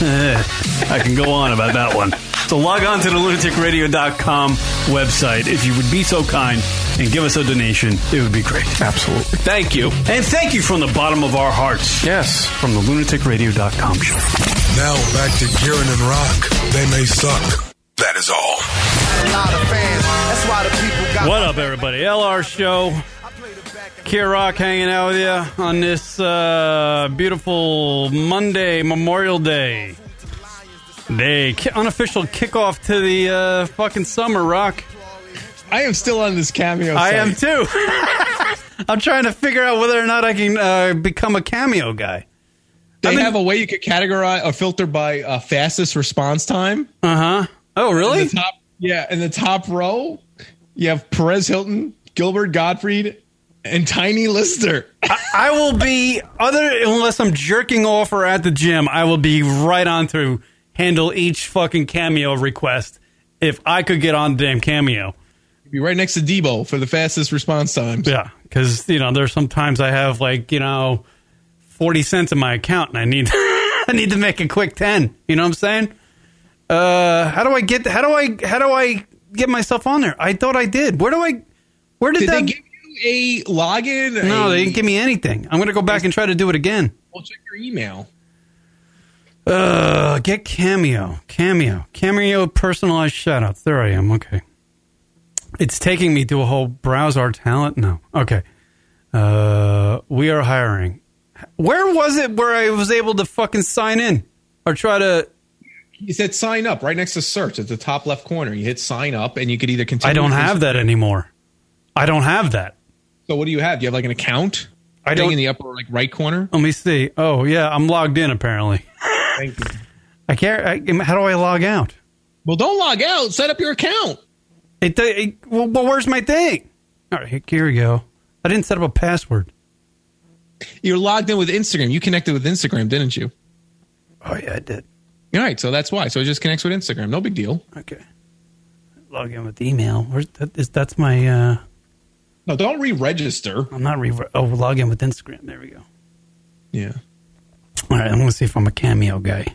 S2: I can go on about that one. So log on to the lunaticradio.com website if you would be so kind and give us a donation. It would be great.
S5: Absolutely. Thank you.
S2: And thank you from the bottom of our hearts.
S5: Yes.
S2: From the lunaticradio.com show.
S1: Now back to Kieran and Rock. They may suck. That is all.
S3: What up, everybody? LR Show. Kier Rock hanging out with you on this uh, beautiful Monday, Memorial Day. Day. Ki- unofficial kickoff to the uh, fucking summer, Rock.
S4: I am still on this cameo.
S3: I
S4: site.
S3: am too. I'm trying to figure out whether or not I can uh, become a cameo guy.
S4: They
S3: I've been-
S4: have a way you could categorize or filter by uh, fastest response time.
S3: Uh huh. Oh,
S4: In
S3: really?
S4: the top, yeah, in the top row, you have Perez Hilton, Gilbert Gottfried, and Tiny Lister.
S3: I will be other unless I'm jerking off or at the gym. I will be right on to handle each fucking cameo request if I could get on damn cameo.
S4: Be right next to Debo for the fastest response times.
S3: Yeah, because you know there's sometimes I have like you know forty cents in my account and I need I need to make a quick ten. You know what I'm saying? Uh, how do I get? How do I? How do I get myself on there? I thought I did. Where do I? Where did,
S4: Did
S3: that?
S4: they give you a login?
S3: no,
S4: a,
S3: they didn't give me anything. I'm gonna go back and try to do it again.
S4: Well, check your email.
S3: Uh, get cameo, cameo, cameo personalized shoutouts. There I am. Okay, it's taking me to a whole browse our talent. No, okay. Uh, we are hiring. Where was it where I was able to fucking sign in or try to?
S4: You said sign up right next to search at the top left corner. You hit sign up, and you could either continue.
S3: I don't
S4: your-
S3: have that anymore. I don't have that.
S4: So what do you have? Do you have like an account? I
S3: don't-
S4: in the upper like right corner.
S3: Let me see. Oh yeah, I'm logged in apparently.
S4: Thank you.
S3: I can't. I, how do I log out?
S4: Well, don't log out. Set up your account.
S3: It, it well, well, where's my thing? All right, here we go. I didn't set up a password.
S4: You're logged in with Instagram. You connected with Instagram, didn't you?
S3: Oh yeah, I did.
S4: All right, so that's why. So it just connects with Instagram. No big deal.
S3: Okay. Log in with email. Where's that? Is that's my? uh
S4: No, don't re-register.
S3: I'm not re. Oh, log in with Instagram. There we go.
S4: Yeah.
S3: All right, I'm gonna see if I'm a cameo guy. All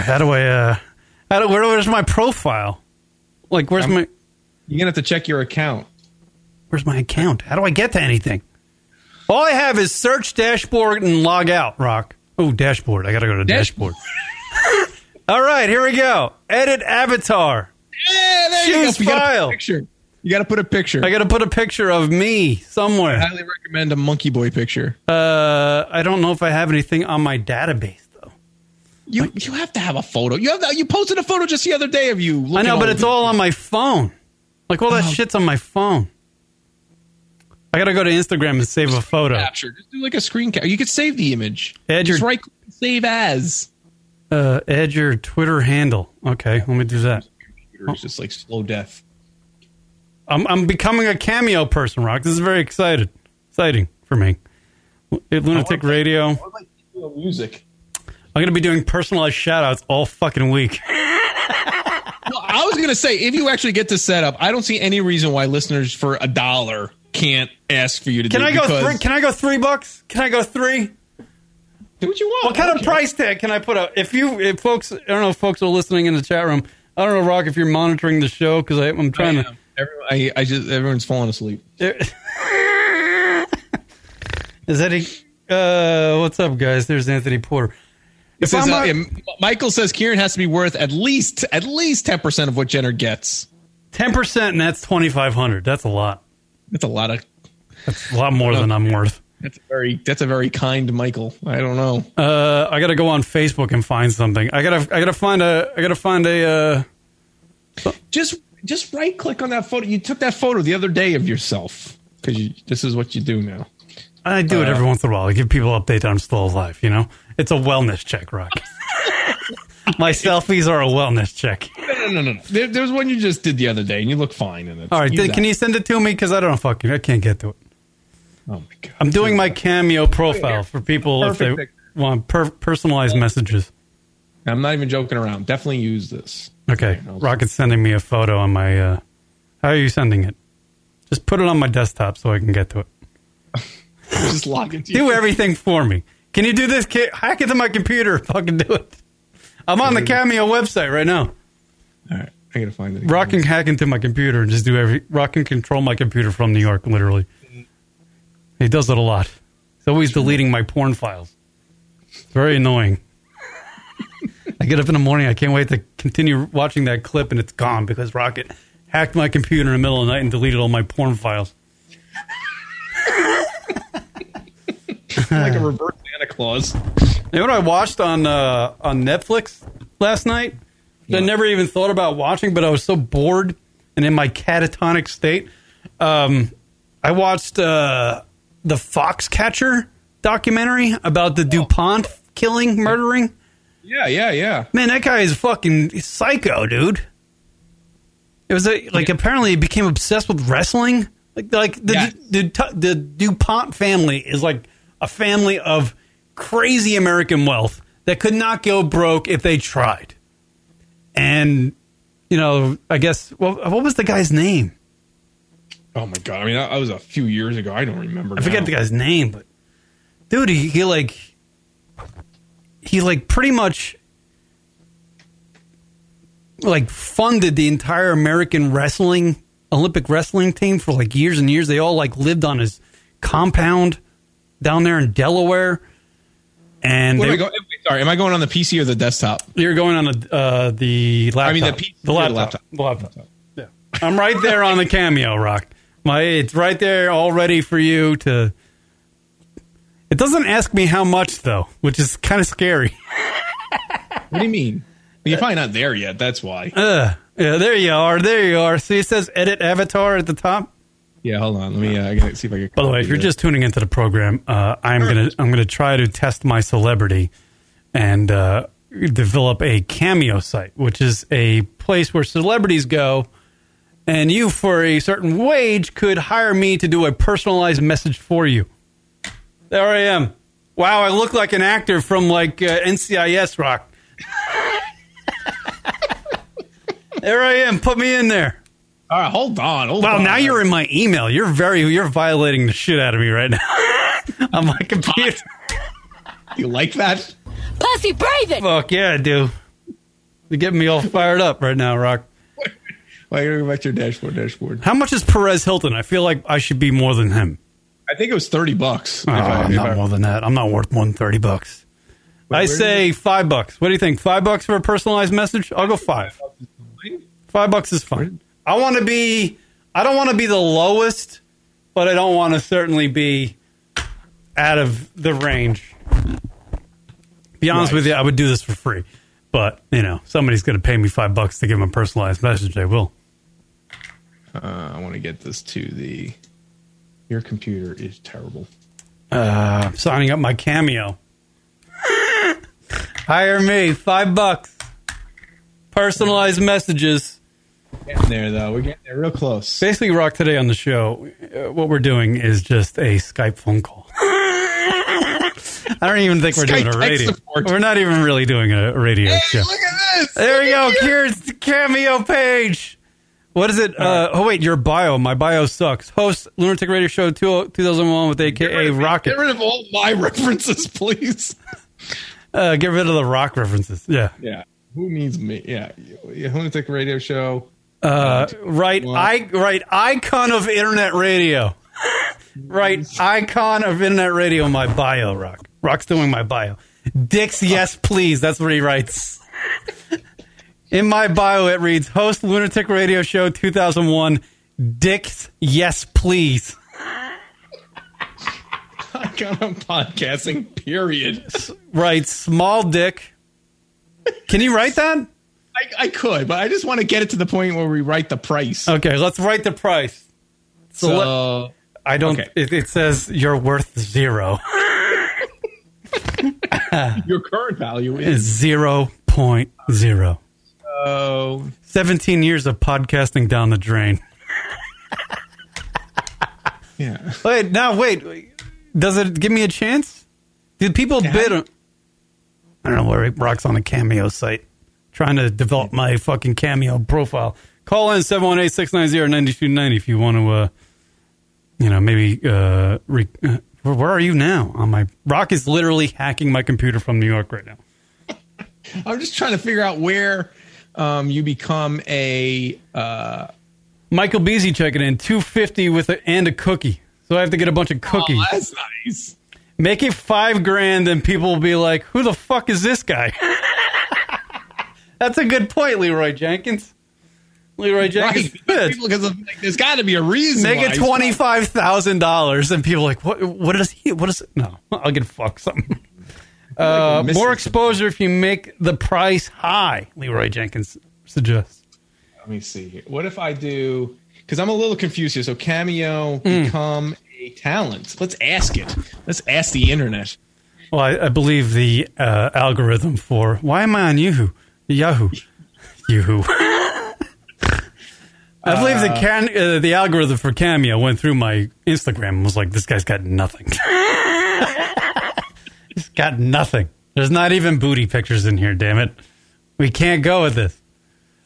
S3: right, how do I? uh How do? Where, where's my profile? Like, where's
S4: I'm-
S3: my?
S4: You're gonna have to check your account.
S3: Where's my account? How do I get to anything? All I have is search dashboard and log out. Rock. Oh, dashboard. I gotta go to
S4: Dash-
S3: dashboard. All right, here we go. Edit avatar.
S4: Yeah, there
S3: Choose
S4: you go. You gotta put a
S3: file.
S4: picture. You gotta put a picture.
S3: I
S4: I
S3: gotta put a picture of me somewhere.
S4: highly recommend a monkey boy picture.
S3: Uh, I don't know if I have anything on my database though.
S4: you you have to have a photo. You have to, you posted a photo just the other day of you.
S3: I
S4: looking
S3: know, but it's all on my phone. Like all that
S4: Oh.
S3: shit's on my phone. I gotta go to Instagram and save a photo.
S4: capture. Just do like a screen cap. You could save the image.
S3: Add your-
S4: just right click, save as.
S3: Uh, add your Twitter handle. Okay, let me do that.
S4: It's just like slow death.
S3: I'm I'm becoming a cameo person, Rock. This is very excited, exciting for me. At Lunatic Radio, I'm
S4: Music.
S3: gonna be doing personalized shoutouts all fucking week.
S4: Well, I was gonna say if you actually get this set up, I don't see any reason why listeners for a dollar can't ask for you to.
S3: Can
S4: do
S3: I
S4: it
S3: go
S4: because-
S3: three? Can I go three bucks? Can I go three?
S4: do what you want?
S3: What kind of price tag can I put up? If you, if folks, I don't know if folks are listening in the chat room. I don't know, Rock, if you're monitoring the show because I'm
S4: I,
S3: trying to.
S4: am. Everyone- I, I just everyone's falling asleep.
S3: Is that a? Uh, what's up, guys? There's Anthony Porter. If
S4: Says,
S3: I'm
S4: uh,
S3: a-
S4: yeah, Michael says Kieran has to be worth at least at least ten percent of what Jenner gets.
S3: ten percent, and that's twenty five hundred. That's a lot.
S4: That's a lot of.
S3: That's a lot more than I'm worth.
S4: That's a very that's a very kind Michael. I don't know.
S3: Uh, I gotta go on Facebook and find something. I gotta, I gotta find a, I gotta find a. Uh,
S4: just just right click on that photo. You took that photo the other day of yourself because you, this is what you do now.
S3: I do it every once in a while. I give people update that I'm still alive. You know, it's a wellness check, Rock. My selfies are a wellness check.
S4: No, no, no, no. no. There, there's one you just did the other day, and you look fine in it.
S3: All right,
S4: Use
S3: then,
S4: that.
S3: can you send it to me? Because I don't fucking, I can't get to it.
S4: Oh my god!
S3: I'm doing my cameo profile for people if they
S4: Perfect.
S3: want per- personalized messages.
S4: I'm not even joking around. Definitely use this.
S3: Okay, Rocket's sending me a photo on my. Uh, how are you sending it? Just put it on my desktop so I can get to it.
S4: Just log into.
S3: Do everything for me. Can you do this, kid? Hack into my computer. Fucking do it. I'm on the Cameo website right now.
S4: All right, I gotta find it. again.
S3: Rock can hack into my computer and just do every. Rock can control my computer from New York, literally. He does it a lot. He's always deleting my porn files. It's very annoying. I get up in the morning. I can't wait to continue watching that clip, and it's gone because Rocket hacked my computer in the middle of the night and deleted all my porn files.
S4: like
S3: Uh.
S4: a reverse Santa Claus.
S3: You know what I watched on uh, on Netflix last night? That I never even thought about watching, but I was so bored and in my catatonic state. Um, I watched uh, the Foxcatcher documentary about the DuPont killing, murdering.
S4: Yeah, yeah, yeah.
S3: Man, that guy is fucking psycho, dude. It was a, like apparently he became obsessed with wrestling. Like like the,
S4: Yeah.
S3: the, the DuPont family is like a family of crazy American wealth that could not go broke if they tried. And you know, I guess well, what was the guy's name?
S4: Oh my god! I mean, that, that was a few years ago. I don't remember.
S3: I forget the guy's name, but dude, he, he like he like pretty much like funded the entire American wrestling Olympic wrestling team for like years and years. They all like lived on his compound down there in Delaware, and
S4: What am I
S3: they,
S4: going, sorry, am I going on the PC or the desktop?
S3: you're going on a, uh, the laptop.
S4: I mean, the PC
S3: the
S4: or
S3: laptop.
S4: laptop.
S3: The laptop. I'm right there on the cameo rock. My it's right there all ready for you to It doesn't ask me how much though, which is kind of scary.
S4: What do you mean?
S3: Uh,
S4: You're probably not there yet. That's why.
S3: Yeah, there you are. There you are. See it says edit avatar at the top.
S4: yeah, hold on. Let me. Uh, I gotta see if I can.
S3: By the way, if you're just tuning into the program, uh, I'm gonna I'm gonna try to test my celebrity and uh, develop a cameo site, which is a place where celebrities go, and you for a certain wage could hire me to do a personalized message for you. There I am. Wow, I look like an actor from like uh, NCIS Rock. there I am. Put me in there.
S4: All right, hold on. Hold
S3: Wow,
S4: on.
S3: now you're in my email. You're very you're violating the shit out of me right now. on my computer.
S4: You like that?
S12: Pussy, breathe it!
S3: Fuck yeah, I do. You're getting me all fired up right now, Rock.
S4: Why gotta go back to your dashboard? Dashboard.
S3: How much is Perez Hilton? I feel like I should be more than him.
S4: I think it was thirty bucks.
S3: Oh,
S4: If I-
S3: I'm
S4: if
S3: not
S4: I-
S3: more than that. I'm not worth more than thirty bucks. I
S4: where
S3: say five bucks. What do you think? Five bucks for a personalized message? I'll go five. Five bucks is fine. I want to be. I don't want to be the lowest, but I don't want to certainly be out of the range. Be honest
S4: Right.
S3: with you, I would do this for free, but you know somebody's going to pay me five bucks to give them a personalized message. They will.
S4: Uh, I want to get this to the. Your computer is terrible.
S3: I'm signing up my cameo. Hire me, five bucks. Personalized messages.
S4: Getting there though. We're getting there real close.
S3: Basically, Rock today on the show. uh, What we're doing is just a Skype phone call. I don't even think we're
S4: Skype
S3: doing a
S4: tech
S3: radio.
S4: support.
S3: We're not even really doing a a radio show.
S4: at this.
S3: There we go. Here's the cameo page. What is it? Uh, oh wait, your bio. My bio sucks. Host Lunatic Radio Show oh, 20- 2001 with AKA Rocket.
S4: Get rid of all my references, please.
S3: Uh, get rid of the rock references. Yeah.
S4: Yeah. Who needs me? Yeah. yeah. Lunatic Radio Show.
S3: Right, I right icon of internet radio. right, icon of internet radio. My bio, Rock. Rock's doing my bio. Dicks, yes, please. That's what he writes. In my bio, it reads host Lunatic Radio Show 2001. Dicks, yes, please.
S4: I got on podcasting, period.
S3: Right, small dick. Can you write that?
S4: I, I could, but I just want to get it to the point where we write the price.
S3: Okay, let's write the price.
S4: so,
S3: let-
S4: Uh,
S3: I don't.
S4: Okay.
S3: It, it says you're worth zero.
S4: your current value is.
S3: Zero point zero.
S4: Oh,
S3: 17 years of podcasting down the drain.
S4: yeah.
S3: Wait, now wait. Does it give me a chance? Do people bid on I don't know where Rock's on a cameo site trying to develop my fucking cameo profile. Call in 718-690-9290 if you want to uh you know, maybe uh, re- uh where are you now? On my Rock is literally hacking my computer from New York right now.
S4: I'm just trying to figure out where um, you become a. Uh,
S3: Michael Beasy checking in 250 with a, and a cookie. So I have to get a bunch of
S4: oh,
S3: cookies.
S4: that's nice.
S3: Make it five grand, and people will be like, "Who the fuck is this guy?" That's a good point, Leroy Jenkins. Leroy Jenkins.
S4: Right.
S3: Fitz.
S4: People, because I'm like, there's got to be a reason.
S3: Make
S4: why
S3: it
S4: it's
S3: twenty five thousand dollars, and people are like, what? What is he? What is? No, I'll get fucked something. Uh,
S4: missing
S3: more exposure if you make the price high. Leroy Jenkins suggests.
S4: let me see here. What if I do? Because I'm a little confused here. So Cameo become a talent. Let's ask it. Let's ask the internet.
S3: Well, I, I believe the uh, algorithm for why am I on Yahoo? Yahoo, Yahoo. I believe the can uh, the algorithm for Cameo went through my Instagram and was like, "This guy's got nothing. He's got nothing. There's not even booty pictures in here. Damn it, we can't go with this."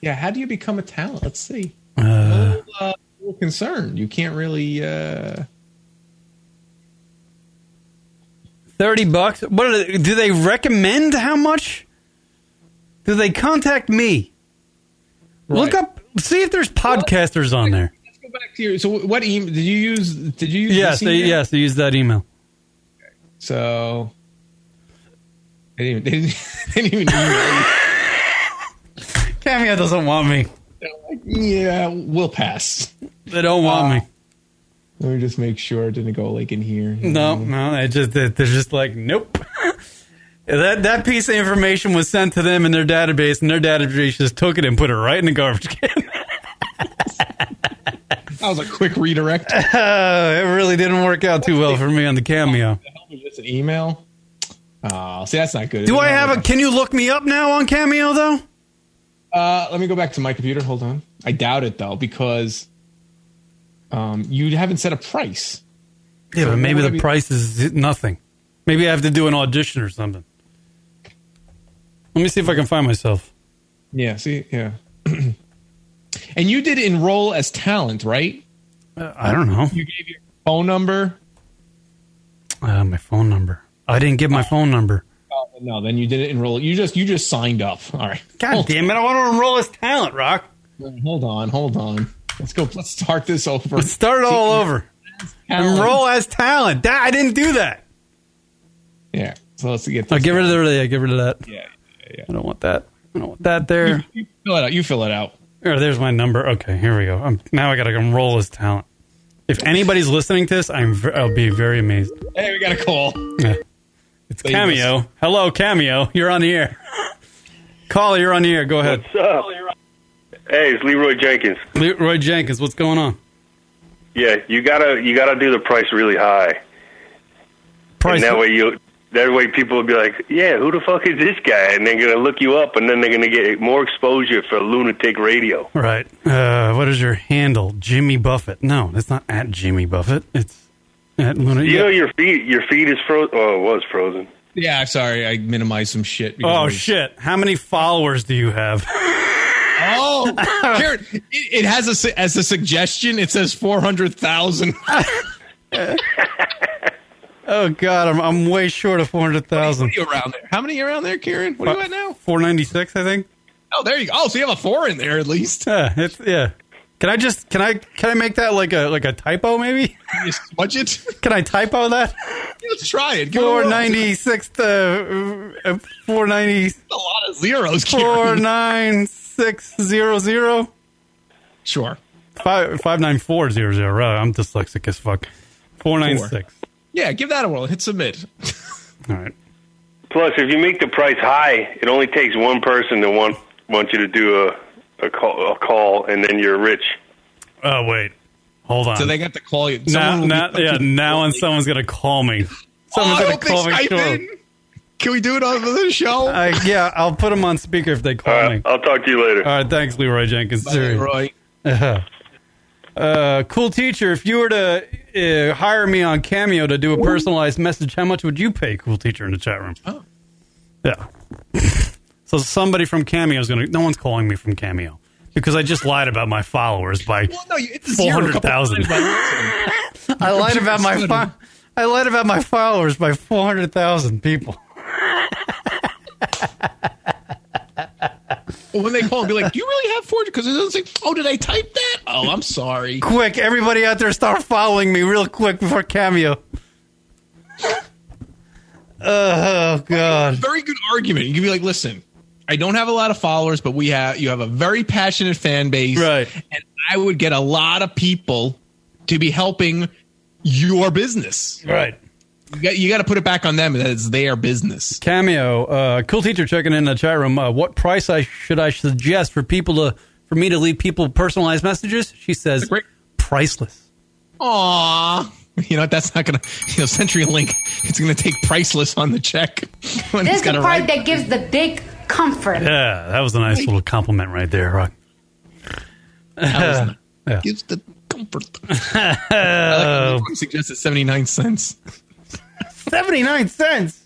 S4: Yeah, how do you become a talent? Let's see. no, uh, no concern. You can't really. Uh,
S3: Thirty bucks. What are they, do they recommend? How much? Do they contact me? Look
S4: Right.
S3: up. See if there's podcasters on there.
S4: Let's go back to your. So what email did you use? Did you use?
S3: Yes,
S4: this
S3: they,
S4: email?
S3: yes, they use that email.
S4: So. They didn't, they didn't, they didn't even email you.
S3: Cameo doesn't want me.
S4: Yeah, we'll pass.
S3: They don't want me.
S4: Let me just make sure it didn't go like in here.
S3: No, no, it just they're they're just like nope. that that piece of information was sent to them in their database, and their database just took it and put it right in the garbage can.
S4: That was a quick redirect. That
S3: Uh, it really didn't work out too well for me on the cameo.
S4: was just an email. Oh, see, that's not good.
S3: Do I have a? Can you look me up now on Cameo though?
S4: Uh, let me go back to my computer. Hold on. I doubt it though because um, you haven't set a price.
S3: Yeah, but maybe the
S4: Maybe-
S3: price is nothing. Maybe I have to do an audition or something. Let me see if I can find myself.
S4: Yeah. See. Yeah. and you did enroll as talent, right?
S3: Uh, I don't know.
S4: You gave your phone number.
S3: Uh, my phone number. I didn't give my phone number.
S4: Oh, no, then you didn't enroll. You just you just signed up. All right.
S3: God damn it! I want to enroll as talent, Rock.
S4: Hold on. Hold on. Let's go. Let's start this over.
S3: Let's start it all over. Enroll as talent. That, I didn't do that.
S4: Yeah. So let's get.
S3: I
S4: this
S3: Oh, get rid of
S4: going.
S3: the. Yeah, get rid of that.
S4: Yeah.
S3: I don't want that. I don't want that there.
S4: You fill it out. You fill it out.
S3: Here, oh, there's my number. Okay, here we go. i now I got to enroll as talent. If anybody's listening to this, I'm. ver- I'll be very amazed.
S4: Hey, we got a call.
S3: It's
S4: They
S3: Cameo. Hello, Cameo. You're on the air. Caller, you're on the air. Go ahead.
S12: What's up? Hey, it's Leroy Jenkins.
S3: Le- Roy Jenkins, what's going on?
S12: Yeah, you gotta you gotta do the price really high,
S3: Price.
S12: and that way you that way people will be like, yeah, who the fuck is this guy? And they're gonna look you up, and then they're gonna get more exposure for lunatic radio.
S3: Right. Uh, what is your handle? Jimmy Buffett. No, that's not at Jimmy Buffett. It's at Luna.
S12: You know your feed your feed is frozen. Oh, it was frozen.
S4: Yeah, I'm sorry. I minimized some shit. because I
S3: Oh
S4: was-
S3: shit! How many followers do you have?
S4: Oh, Karen, it, it has a su- as a suggestion. It says four hundred thousand. What
S3: Oh god, I'm I'm way short of four hundred
S4: are
S3: thousand. Uh,
S4: you around there? How many are around there, Karen? What are you at now?
S3: Four ninety six, I think.
S4: Oh, there you go. Oh, so you have a four in there at least.
S3: Yeah, it's yeah. Can I just can I can I make that like a like a typo maybe?
S4: Can you smudge it.
S3: Can I typo that?
S4: Let's try it. Give it a
S3: Four
S4: whirl.
S3: ninety six to uh, four ninety
S4: That's A lot of zeros,
S3: four
S4: Karen.
S3: nine six zero zero
S4: Sure.
S3: five five nine four zero zero. Right, I'm dyslexic as fuck. Four nine six.
S4: Yeah, give that a whirl. Hit submit.
S3: All right.
S12: Plus, if you make the price high, it only takes one person to want want you to do a a call, a call and then you're rich.
S3: Oh wait, hold on.
S4: So they got to call you. Someone
S3: now,
S4: will be
S3: now,
S4: fucking-
S3: yeah, now and someone's gonna call me.
S4: Oh,
S3: Someone's
S4: I
S3: gonna
S4: don't
S3: call
S4: think
S3: me.
S4: Skype
S3: sure.
S4: in. Can we do it on the show?
S3: I, yeah, I'll put them on speaker if they call
S12: All
S3: me.
S12: right, I'll talk to you later.
S3: All right, thanks, Leroy Jenkins. Serious.
S4: Roy.
S3: Uh, cool teacher, if you were to uh, hire me on Cameo to do a personalized message, how much would you pay? Cool teacher in the chat room.
S4: Oh.
S3: Yeah. so somebody from Cameo is going to. No one's calling me from Cameo because I just lied about my followers by.
S4: Well, no, you- it's a zero a couple
S3: 400,000.
S4: times by accident.
S3: I lied about my.
S4: Computer
S3: Fo- I lied about my followers by four hundred thousand people.
S4: Well, when they call and be like, "Do you really have forgery?" Because it doesn't say, "Oh, did I type that?" Oh, I'm sorry.
S3: Quick, everybody out there, start following me real quick before cameo. Oh God!
S4: Very good argument. You can be like, "Listen, I don't have a lot of followers, but we have you have a very passionate fan base,
S3: Right.
S4: And I would get a lot of people to be helping your business.
S3: Right.
S4: You got, you got to put it back on them. That it's their business.
S3: Cameo, uh, cool teacher checking in the chat room. Uh, what price I should I suggest for people to for me to leave people personalized messages? She says, priceless.
S4: Aw. You know what? That's not gonna. You know, CenturyLink. It's gonna take priceless on the check. when
S13: This
S4: it's
S13: is the
S4: gotta
S13: part
S4: write-
S13: that gives the dick comfort.
S3: Yeah, that was a nice little compliment right there, Rock.
S4: That was
S3: Yeah.
S4: Gives the comfort. I like suggested seventy nine cents.
S3: 79 cents.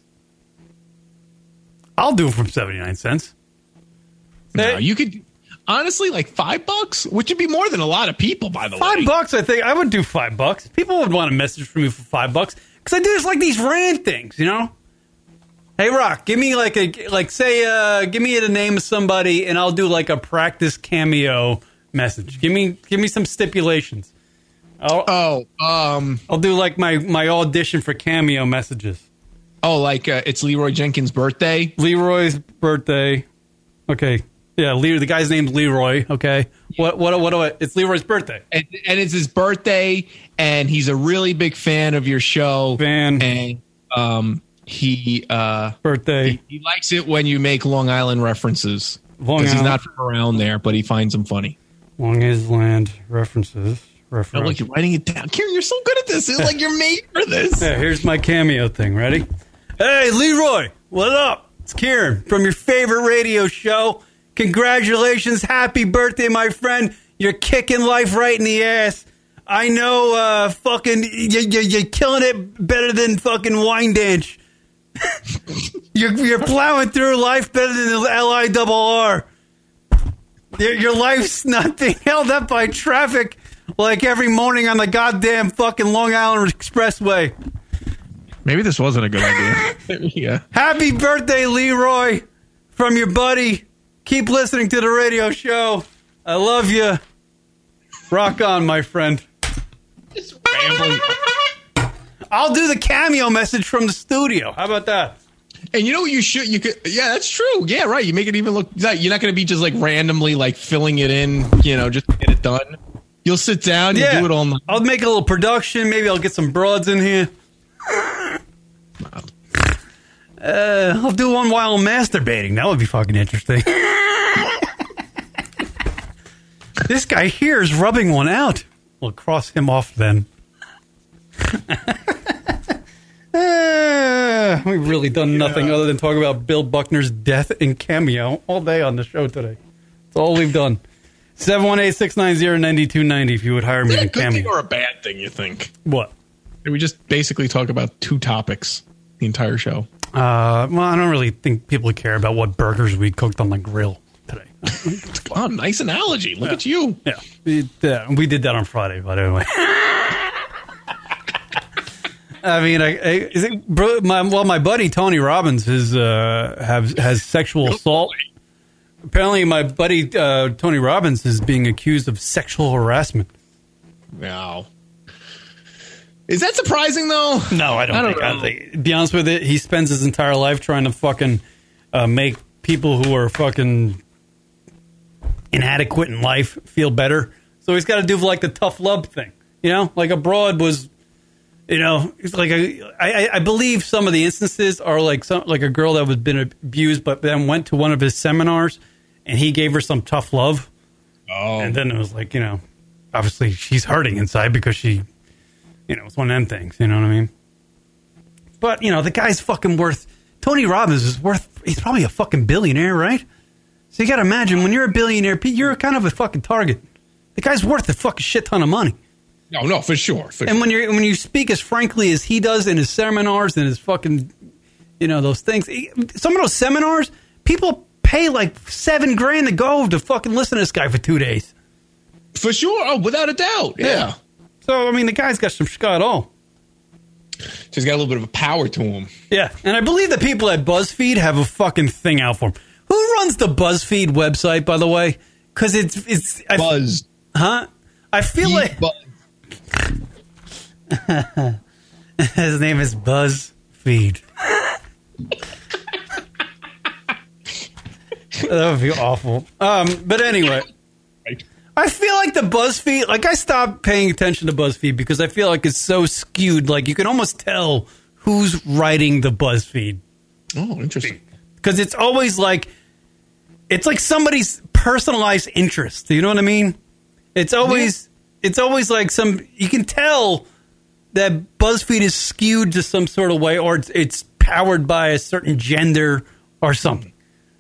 S3: I'll do it from 79 cents.
S4: No, you could honestly like five bucks, which would be more than a lot of people, by the
S3: Five
S4: way.
S3: bucks, I think. I would do five bucks. People would want a message from me for five bucks because I do just like these rant things, you know. Hey, Rock, give me like a like say uh give me the name of somebody and I'll do like a practice cameo message. Give me give me some stipulations. I'll,
S4: oh, um,
S3: I'll do like my my audition for cameo messages.
S4: Oh, like uh, it's Leroy Jenkins' birthday.
S3: Leroy's birthday. Okay, yeah, Le- the guy's name's Leroy. Okay, what what what do I? It's Leroy's birthday.
S4: And, and it's his birthday, and he's a really big fan of your show.
S3: Fan.
S4: And um, he uh,
S3: birthday.
S4: He, he likes it when you make Long Island references
S3: Long
S4: because he's
S3: Island.
S4: not from around there, but he finds them funny.
S3: Long Island references.
S4: Oh,
S3: Reference.
S4: look, you're writing it down, Kieran. You're so good at this. It's like you're made for this.
S3: Yeah, here's my cameo thing. Ready? Hey, Leroy, what up? It's Kieran from your favorite radio show. Congratulations. Happy birthday, my friend. You're kicking life right in the ass. I know, uh, fucking, you, you, you're killing it better than fucking Windanch. you're, you're plowing through life better than the L-I-double-R. Your, your life's not being held up by traffic like every morning on the goddamn fucking Long Island Expressway.
S4: Maybe this wasn't a good idea. yeah.
S3: Happy birthday, Leroy, from your buddy. Keep listening to the radio show. I love you. Rock on, my friend. I'll do the cameo message from the studio. How about that?
S4: And you know what you should you could yeah that's true yeah right you make it even look you're not going to be just like randomly like filling it in you know just to get it done you'll sit down
S3: Yeah.
S4: you do it all night
S3: I'll make a little production. Maybe I'll get some broads in here. Uh, I'll do one while I'm masturbating. That would be fucking interesting. this guy here is rubbing one out. We'll cross him off then. Uh, we've really done nothing other than talk about Bill Buckner's death in cameo all day on the show today. That's all we've done. 718 690 9290 if you would hire
S4: is
S3: me
S4: that a
S3: in
S4: good thing
S3: cameo.
S4: or a bad thing you think
S3: What?
S4: Did we just basically talk about two topics the entire show
S3: Uh, well, I don't really think people care about what burgers we cooked on the grill.
S4: wow nice analogy look at you
S3: Yeah, we, uh, we did that on Friday, by the way. I mean, I, I, is it, bro, my, well, my buddy Tony Robbins is uh, have has sexual assault. Apparently, my buddy uh, Tony Robbins is being accused of sexual harassment.
S4: wow is that surprising though
S3: No, I don't, think, I think. To be honest with it, he spends his entire life trying to fucking uh, make people who are fucking inadequate in life feel better. So he's got to do like the tough love thing, you know? Like abroad was, you know, it's like a, I, I- I believe some of the instances are like some like a girl that was been abused, but then went to one of his seminars and he gave her some tough love.
S4: Oh,
S3: and then it was like you know, obviously she's hurting inside because she, you know, it's one of them things. You know what I mean? But you know, the guy's fucking worth. Tony Robbins is worth. He's probably a fucking billionaire, right? So you got to imagine when you're a billionaire, Pete, you're kind of a fucking target. The guy's worth a fucking shit ton of money.
S4: no no for sure for
S3: And
S4: sure.
S3: when you when you speak as frankly as he does in his seminars and his fucking, you know, those things. Some of those seminars, people pay like seven grand to go to fucking listen to this guy for two days.
S4: for sure oh without a doubt yeah.
S3: So I mean, the guy's got some shot all.
S4: so he's got a little bit of a power to him
S3: Yeah, and I believe the people at BuzzFeed have a fucking thing out for him. Who runs the BuzzFeed website, by the way? Because it's it's I, Buzz, huh? I feel like his name is BuzzFeed. that would be awful. Um, but anyway, I feel like the BuzzFeed, like I stopped paying attention to BuzzFeed because I feel like it's so skewed. Like you can almost tell who's writing the BuzzFeed.
S4: Oh, interesting.
S3: Because it's always like, it's like somebody's personalized interest. You know what I mean? It's always, it's always like some. You can tell that BuzzFeed is skewed to some sort of way, or it's, it's powered by a certain gender or something.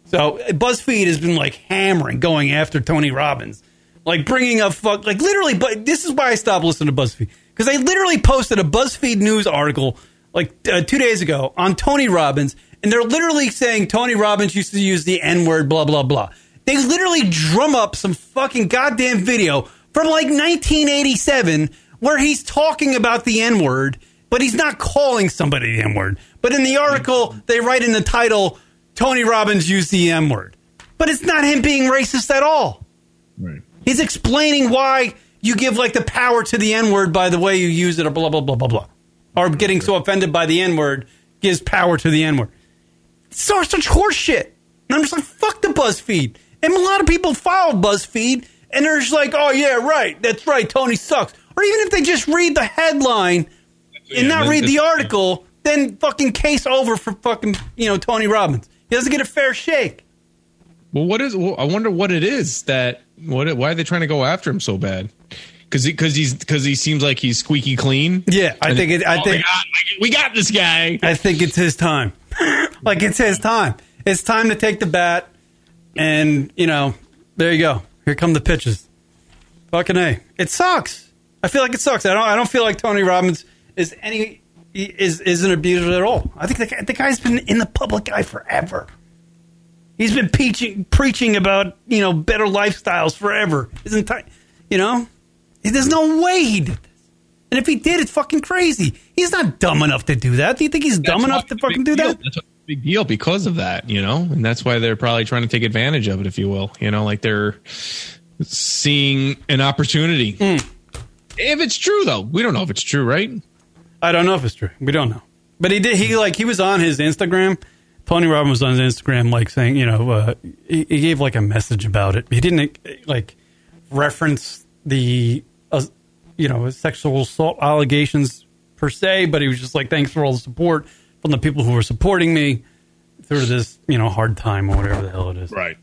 S3: So BuzzFeed has been like hammering, going after Tony Robbins, like bringing up fuck, like literally. But this is why I stopped listening to BuzzFeed because they literally posted a BuzzFeed news article like uh, two days ago on Tony Robbins, and they're literally saying Tony Robbins used to use the N word, blah blah blah. They literally drum up some fucking goddamn video from like 1987 where he's talking about the N word, but he's not calling somebody the N word. But in the article, they write in the title. Tony Robbins used the M word. But it's not him being racist at all.
S4: Right.
S3: He's explaining why you give like the power to the N word by the way you use it or blah blah blah blah blah. Or getting so offended by the N word gives power to the N word. So such horseshit. And I'm just like, fuck the BuzzFeed. And a lot of people follow BuzzFeed and they're just like, oh yeah, right, that's right, Tony sucks. Or even if they just read the headline and
S4: Yeah,
S3: not
S4: then-
S3: read the article, then fucking case over for fucking you know Tony Robbins. He doesn't get a fair shake.
S4: Well, what is? Well, I wonder what it is that what? Why are they trying to go after him so bad? Because because he's because he seems like he's squeaky clean.
S3: Yeah, I think it, I
S4: Oh my
S3: think
S4: God, we got this guy.
S3: I think it's his time. like it's his time. It's time to take the bat, and you know, there you go. Here come the pitches. Fucking a. It sucks. I feel like it sucks. I don't. I don't feel like Tony Robbins is any is is an abuser at all. I think the, guy- the guy's been in the public eye forever. He's been preaching preaching about you know better lifestyles forever. His entire, you know, there's no way he did this. And if he did, it's fucking crazy. He's not dumb enough to do that. Do you think he's dumb enough to fucking do that?
S4: That's a big deal because of that, you know, and that's why they're probably trying to take advantage of it, if you will. You know, like they're seeing an opportunity.
S3: Mm.
S4: If it's true, though, we don't know if it's true, right?
S3: I don't know if it's true. We don't know. But he did. He like he was on his Instagram. Tony Robbins was on his Instagram, like saying, you know, uh, he, he gave like a message about it. He didn't like reference the, uh, you know, sexual assault allegations per se, but he was just like, thanks for all the support from the people who were supporting me through this, you know, hard time or whatever the hell it is.
S4: Right.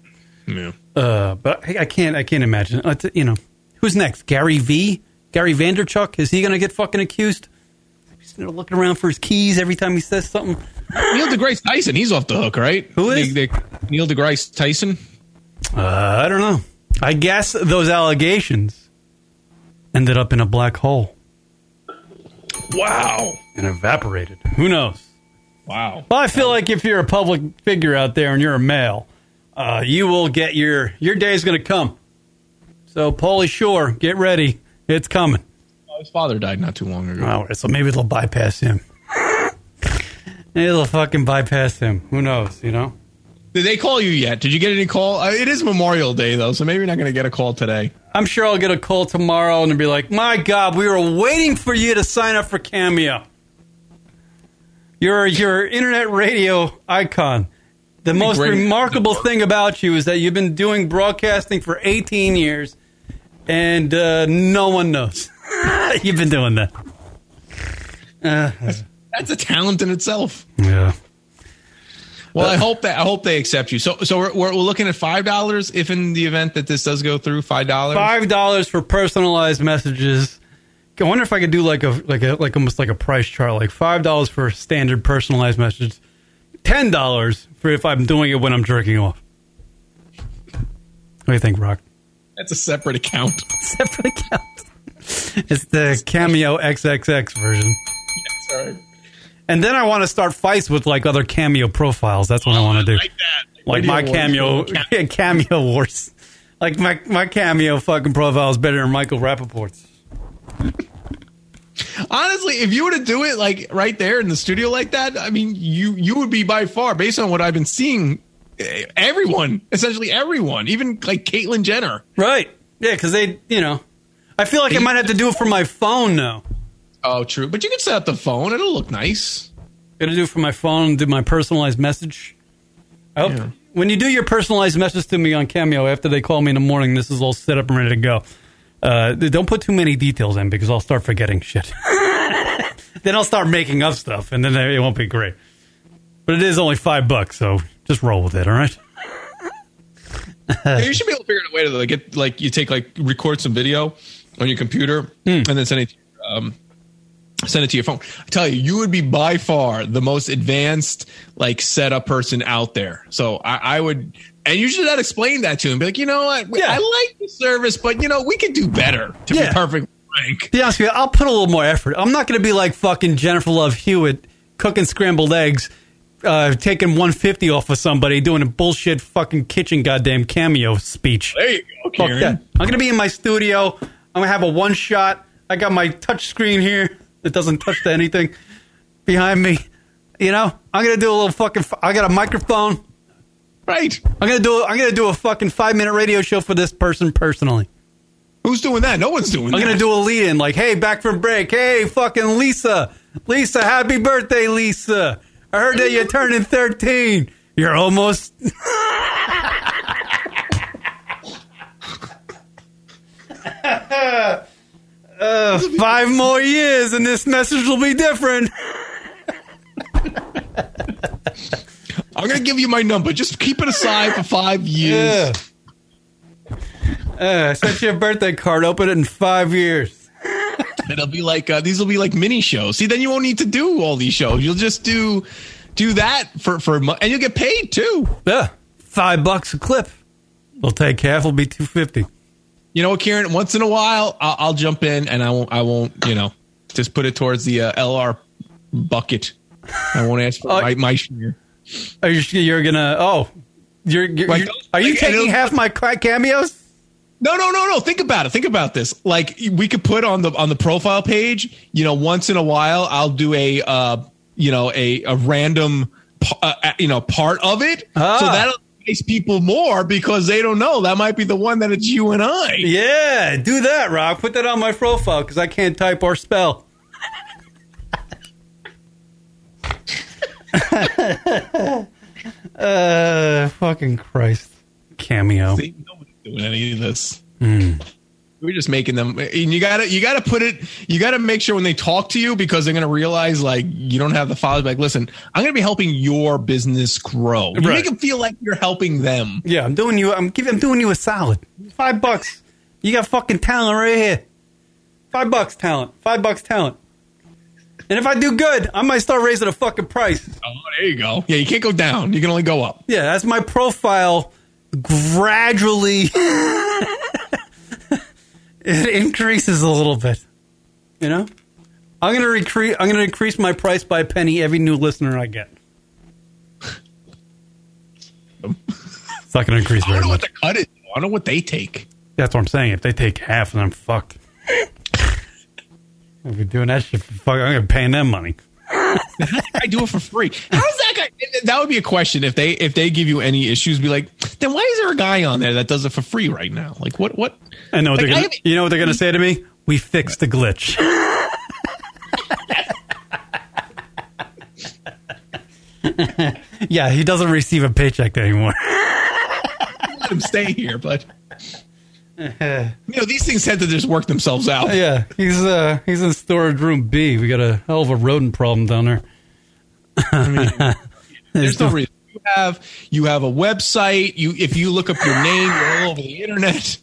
S4: Yeah.
S3: Uh, but I, I can't. I can't imagine. Uh, t- you know, who's next? Gary V. Gary Vanderchuck. Is he going to get fucking accused? He's you know, looking around for his keys every time he says something.
S4: Neil deGrasse Tyson, he's off the hook, right? Who is Neil deGrasse Tyson?
S3: Uh, I don't know. I guess those allegations ended up in a black hole
S4: Wow.
S3: and evaporated. Who knows?
S4: Wow.
S3: Well, I feel like if you're a public figure out there and you're a male, uh, you will get your your day is going to come. So, Paulie Shore, get ready. It's coming.
S4: His father died not too long ago.
S3: All right, so maybe they'll bypass him. maybe they'll fucking bypass him. Who knows? You know.
S4: Did they call you yet? Did you get any call? Uh, it is Memorial Day, though, so maybe you're not going to get a call today.
S3: I'm sure I'll get a call tomorrow and be like, "My God, we were waiting for you to sign up for Cameo. You're your internet radio icon. The most
S4: great.
S3: remarkable thing about you is that you've been doing broadcasting for 18 years, and uh, no one knows you've been doing that." Uh,
S4: That's a talent in itself.
S3: yeah.
S4: Well, I hope that I hope they accept you. So, so we're, we're, we're looking at five dollars if in the event that this does go through. Five dollars.
S3: five dollars for personalized messages. I wonder if I could do like a like a like almost like a price chart, like five dollars for a standard personalized message, ten dollars for if I'm doing it when I'm jerking off. What do you think, Rock?
S4: That's a separate account.
S3: Separate account. It's the Cameo XXX version,
S4: Sorry.
S3: and then I want to start fights with like other Cameo profiles. That's what I want to do. Like,
S4: Video
S3: my
S4: wars.
S3: Cameo Cameo wars. Like my my Cameo fucking profile is better than Michael Rappaport's.
S4: Honestly, if you were to do it like right there in the studio like that, I mean, you you would be by far based on what I've been seeing. eh, everyone, essentially everyone, even like Caitlyn Jenner.
S3: Right. Yeah, because they, you know, I feel like I might have to do it for my phone now.
S4: Oh, true. But you can set up the phone; it'll look nice.
S3: Gonna do it for my phone. Do my personalized message. I hope when you do your personalized message to me on Cameo after they call me in the morning, this is all set up and ready to go. Uh, don't put too many details in because I'll start forgetting shit. then I'll start making up stuff, and then it won't be great. But it is only five bucks, so just roll with it. All right.
S4: Yeah, you should be able to figure out a way to like get like you take like record some video on your computer
S3: Hmm.
S4: and then send it to your, um, send it to your phone. I tell you, you would be by far the most advanced like setup person out there. So I, I would, and you should not explain that to him. Be like, you know what? I like the service, but you know we could do better. To
S3: Yeah.
S4: be perfect, frank.
S3: be honest with you, I'll put a little more effort. I'm not going to be like fucking Jennifer Love Hewitt cooking scrambled eggs, uh, taking 150 off of somebody, doing a bullshit fucking kitchen goddamn cameo speech.
S4: There you go,
S3: Fuck
S4: Karen.
S3: that. I'm going to be in my studio. I'm going to have a one shot. I got my touch screen here that doesn't touch to anything behind me. You know, I'm going to do a little fucking. F- I got a microphone.
S4: Right.
S3: I'm going to do I'm going to do a fucking 5-minute radio show for this person personally.
S4: Who's doing that? No one's doing
S3: I'm
S4: that.
S3: gonna do a lead in like, hey, back from break. Hey, fucking Lisa. Lisa, happy birthday, Lisa. I heard that you're turning 13. You're almost. uh, five more years and this message will be different.
S4: I'm gonna give you my number. Just keep it aside for five years.
S3: Uh, I sent you a birthday card. Open it in five years.
S4: It'll be like uh, these will be like mini shows. See, then you won't need to do all these shows. You'll just do do that for for mo- and you'll get paid too.
S3: Yeah, five bucks a clip. We'll take half. Will be two fifty.
S4: You know, what, Kieran. Once in a while, I'll, I'll jump in and I won't. I won't. You know, just put it towards the uh, LR bucket. I won't ask for my, my share.
S3: Are you sure you're gonna? Oh, you're. you're,
S4: Like,
S3: you're- are you
S4: like,
S3: taking
S4: it'll-
S3: half my cra- cameos?
S4: No, no, no, no. Think about it. Think about this. Like we could put on the on the profile page. You know, once in a while, I'll do a uh, you know a a random p- uh, uh, you know part of it. So
S3: Ah.
S4: that'll face people more because they don't know that might be the one that it's you and I.
S3: Yeah, do that, Rock. Put that on my profile because I can't type or spell. uh, fucking Christ. Cameo.
S4: See, nobody's doing any of this.
S3: Hmm.
S4: We're just making them. And you gotta you gotta put it. You gotta make sure when they talk to you because they're gonna realize like you don't have the files. Like, listen, I'm gonna be helping your business grow. You
S3: Right.
S4: make them feel like you're helping them.
S3: Yeah, I'm doing you. I'm giving. I'm doing you a solid. Five bucks. You got fucking talent right here. Five bucks talent. Five bucks talent. And if I do good, I might start raising the fucking price.
S4: Oh, there you go. Yeah, you can't go down. You can only go up.
S3: Yeah, that's my profile gradually it increases a little bit. You know? I'm gonna recre- I'm gonna increase my price by a penny every new listener I get. it's not gonna increase
S4: I
S3: very
S4: don't know what
S3: much.
S4: the cut is. I don't know what they take.
S3: That's what I'm saying. If they take half then I'm fucked. I've been doing that shit for fuck I'm gonna pay them money.
S4: I do it for free. How's that guy? That would be a question if they if they give you any issues. Be like, then why is there a guy on there that does it for free right now? Like, what? What?
S3: I know what
S4: Like,
S3: they're gonna
S4: I have-
S3: you know what they're gonna say to me? We fixed the glitch. yeah, he doesn't receive a paycheck anymore.
S4: Let him stay here, but you know these things tend to just work themselves out.
S3: yeah, he's uh he's in storage room B. We got a hell of a rodent problem down there.
S4: There's no reason. You have you have a website. You if you look up your name, you're all over the internet.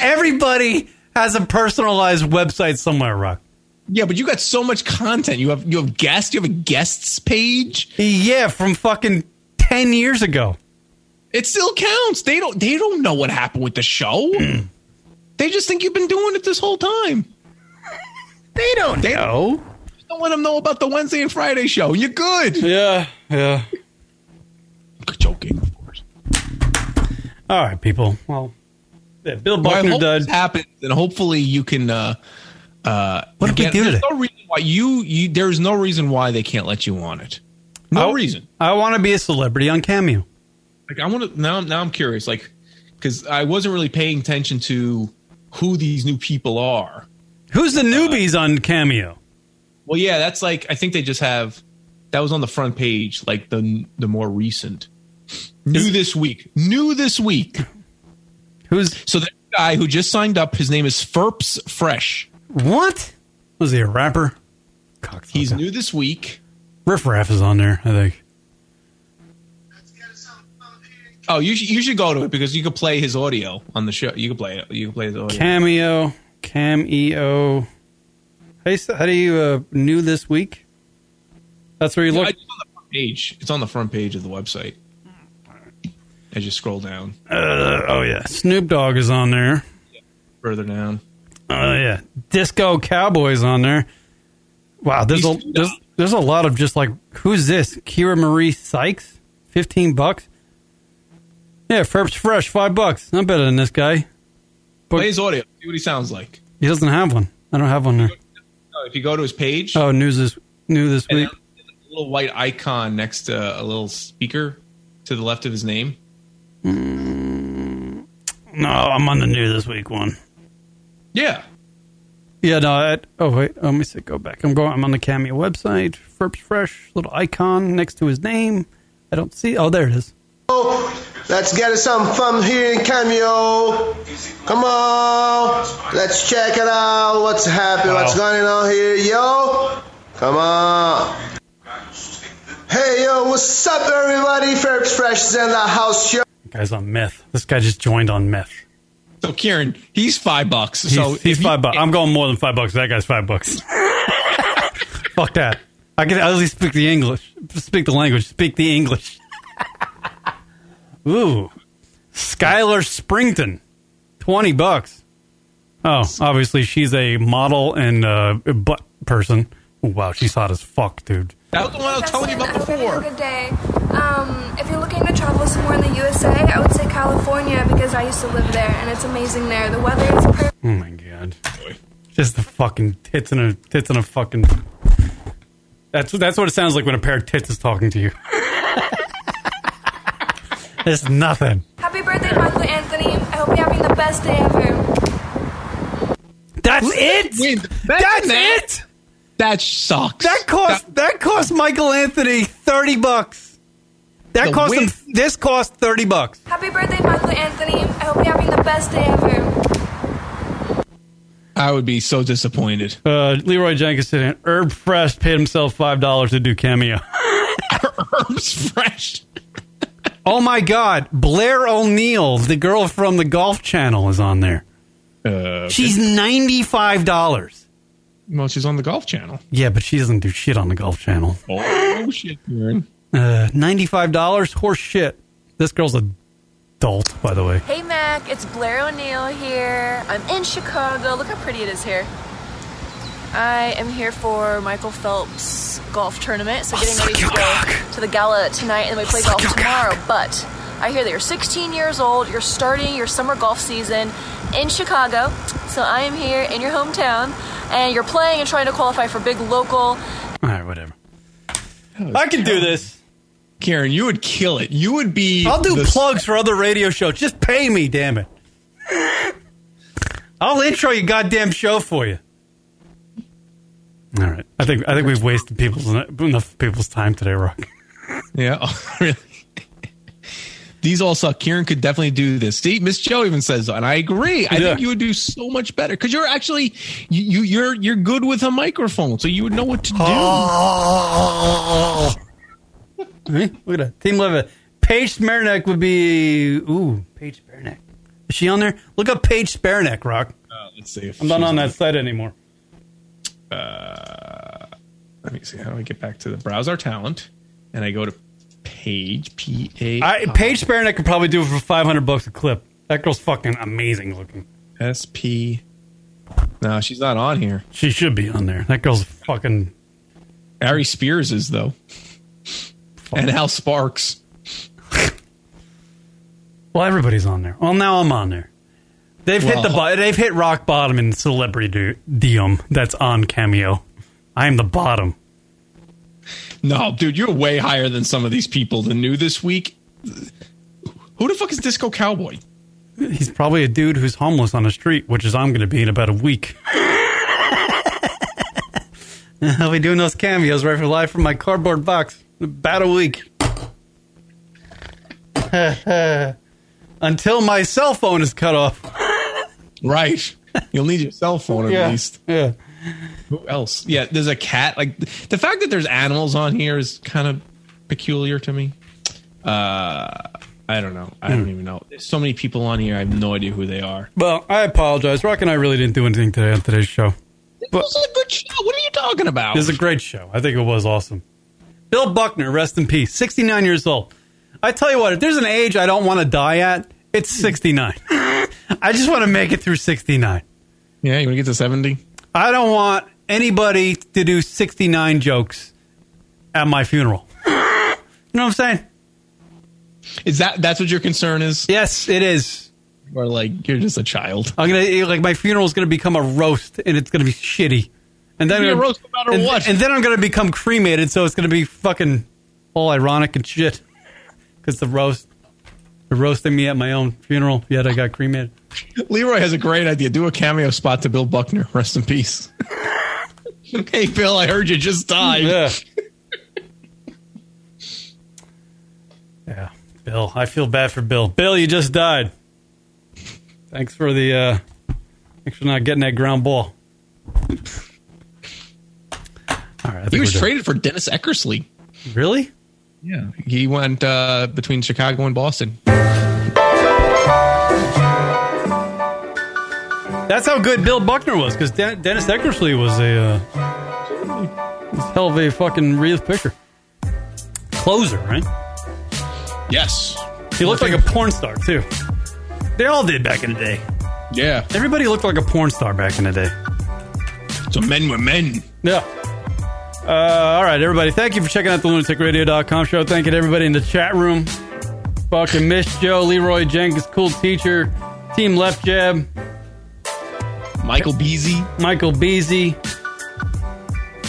S3: Everybody has a personalized website somewhere, Rock.
S4: Yeah, but you got so much content. You have you have guests. You have a guests page.
S3: Yeah, from fucking ten years ago.
S4: It still counts. They don't they don't know what happened with the show. they just think you've been doing it this whole time. they don't they
S3: know.
S4: Don't let them know about the Wednesday and Friday show. You're good.
S3: Yeah, yeah.
S4: Joking, of course.
S3: All right, people. Well, yeah, Bill
S4: Well, I
S3: Buckner
S4: hope
S3: does.
S4: this happens, and hopefully you can. Uh, uh,
S3: What did we
S4: get-
S3: do
S4: there's
S3: today?
S4: no reason why you, you. There's no reason why they can't let you on it. No
S3: I-
S4: reason.
S3: I want to be a celebrity on Cameo.
S4: Like I want to now. Now I'm curious, like because I wasn't really paying attention to who these new people are.
S3: Who's the newbies on Cameo?
S4: Well, yeah, that's like I think they just have that was on the front page, like the the more recent. New this week. New this week.
S3: Who's
S4: so the guy who just signed up? His name is Ferps Fresh.
S3: What was he a rapper?
S4: He's new this week.
S3: Riff Raff is on there, I think.
S4: Oh, you should you should go to it because you could play his audio on the show. You could play it. You could play his audio.
S3: Cameo, Cameo. How do you, how do you uh, new this week? That's where you
S4: Yeah,
S3: look.
S4: it's on the front page. It's on the front page of the website. As you scroll down
S3: Uh, oh yeah, Snoop Dogg is on there.
S4: further down,
S3: Oh yeah, Disco Cowboys on there. Wow, there's a there's, there's a lot of just like who's this? Kira Marie Sykes, fifteen bucks. Yeah, Ferb's fresh, five bucks. I'm better than this guy.
S4: play his audio. See what he sounds like.
S3: He doesn't have one. I don't have one there.
S4: No, if you go to his page,
S3: Oh, news this new this week.
S4: a little white icon next to a little speaker to the left of his name.
S3: Mm, no, I'm on the new this week one.
S4: Yeah.
S3: Yeah, no. I, oh wait, let me see, go back. I'm going. I'm on the Cameo website. Ferb's fresh, little icon next to his name. I don't see. Oh, there it is.
S14: Let's get us some fun here in Cameo. Come on, let's check it out. What's happening? What's going on here, yo? Come on. Hey, yo, what's up, everybody? Ferbs Fresh is in the house show.
S3: Guy's on meth. This guy just joined on meth.
S4: So Kieran, he's five bucks.
S3: He's,
S4: so
S3: he's five bucks. I'm going more than five bucks. That guy's five bucks. Fuck that. I can at least speak the English. Speak the language. Speak the English. Ooh, Skylar Springton, twenty bucks. Oh, obviously she's a model and uh, butt person. Ooh, wow, she's hot as fuck, dude.
S4: That was the one I was telling you about
S15: before. Good day. Um, if you're looking to travel somewhere in the USA, I would say California because I used to live there and it's amazing there. The weather is perfect.
S3: Oh my god. Just the fucking tits and a tits and a fucking. That's that's what it sounds like when a pair of tits is talking to you. it's nothing.
S15: Happy birthday, Michael Anthony. I hope you're having the best day ever.
S3: That's it. That's it.
S4: That sucks.
S2: That
S3: cost that cost Michael Anthony thirty bucks. That
S2: The
S3: cost him. This cost thirty bucks.
S15: Happy birthday, Michael Anthony. I hope you're having the best day ever.
S4: I would be so disappointed.
S3: Uh, Leroy Jenkins said, in, "Herb Fresh paid himself five dollars to do cameo."
S4: Herbs Fresh.
S3: oh my God, Blair O'Neill, the girl from the Golf Channel, is on there. She's ninety five dollars.
S4: Well, she's on the Golf Channel.
S3: Yeah, but she doesn't do shit on the Golf Channel.
S4: Oh shit, Kieran.
S3: Uh, ninety-five dollars, horse shit. This girl's a dolt, by the way.
S16: Hey Mac, it's Blair O'Neill here. I'm in Chicago. Look how pretty it is here. I am here for Michael Phelps golf tournament, so getting ready to go to the gala tonight and we play golf tomorrow. But I hear that you're 16 years old, you're starting your summer golf season in Chicago. So I am here in your hometown and you're playing and trying to qualify for big local.
S3: All right, whatever. I can do this.
S4: Karen, you would kill it. You would be.
S3: I'll do
S4: the-
S3: plugs for other radio shows. Just pay me, damn it. I'll intro your goddamn show for you. All right, I think I think we've wasted people's enough people's time today, Rock.
S4: Yeah, oh, really. These all suck. Kieran could definitely do this. See, Miss Joe even says, and I agree. I think you would do so much better because you're actually you, you you're you're good with a microphone, so you would know what to do.
S3: Oh. Hey, Look at that. Team Levitt. Paige Smernick would be. Ooh, Paige Smernick. Is she on there? Look up Paige Smernick, Rock.
S4: Uh, let's see. If
S3: I'm not
S4: she's
S3: on that site anymore.
S4: Uh, let me see. How do I get back to the browse our talent? And I go to page P A
S3: I, Paige Spernick could probably do it for 500 bucks a clip. That girl's fucking amazing looking.
S4: S P. No, she's not on here.
S3: She should be on there. That girl's fucking.
S4: Ari Spears is though, and Al Sparks.
S3: Well, everybody's on there. Well, now I'm on there. They've hit the bo- they've hit rock bottom in celebrity dium. That's on Cameo. I am the bottom.
S4: No, dude, you're way higher than some of these people. The new this week, Who the fuck is Disco Cowboy?
S3: He's probably a dude who's homeless on the street, which is I'm going to be in about a week. I'll be doing those cameos right from live from my cardboard box in about a week. Until my cell phone is cut off.
S4: Right. You'll need your cell phone at
S3: Yeah,
S4: least.
S3: Yeah.
S4: Who else? Yeah, there's a cat. Like the fact that there's animals on here is kind of peculiar to me. Uh I don't know. I don't even know. There's so many people on here. I have no idea who they are.
S3: Well, I apologize. Rock and I really didn't do anything today on today's show.
S4: this is a good show. What are you talking about?
S3: This is a great show. I think it was awesome. Bill Buckner, rest in peace, 69 years old. I tell you what, if there's an age I don't want to die at, it's 69. I just want to make it through 69.
S4: Yeah, you want to get to 70?
S3: I don't want anybody to do 69 jokes at my funeral. you know what I'm saying?
S4: Is that that's what your concern is?
S3: Yes, it is.
S4: Or like you're just a child.
S3: I'm gonna like my funeral's gonna become a roast, and it's gonna be shitty. And then
S4: It'll be a
S3: I'm gonna-
S4: roast no matter
S3: and-
S4: what.
S3: And then I'm gonna become cremated, so it's gonna be fucking all ironic and shit. Because the roast, they're roasting me at my own funeral. Yet I got cremated.
S4: Leroy has a great idea. Do a cameo spot to Bill Buckner. Rest in peace. hey, Bill, I heard you just died.
S3: Yeah. Yeah, Bill, I feel bad for Bill. Bill, you just died. Thanks for the uh, thanks for not getting that ground ball. All right, I think
S4: He was
S3: we're done.
S4: traded for Dennis Eckersley.
S3: Really?
S4: Yeah. He went uh, between Chicago and Boston.
S3: That's how good Bill Buckner was, because Den- Dennis Eckersley was a uh, was a hell of a fucking real picker. Closer, right?
S4: Yes.
S3: He looked like a porn star too. They all did back in the day.
S4: Yeah.
S3: Everybody looked like a porn star back in the day.
S4: So men were men.
S3: Yeah. Uh, all right, everybody. Thank you for checking out the lunaticradio.com show. Thank you to everybody in the chat room. Fucking Miss Joe, Leroy Jenkins, Cool Teacher, Team Left Jab,
S4: Michael Beasy.
S3: Michael Beasy.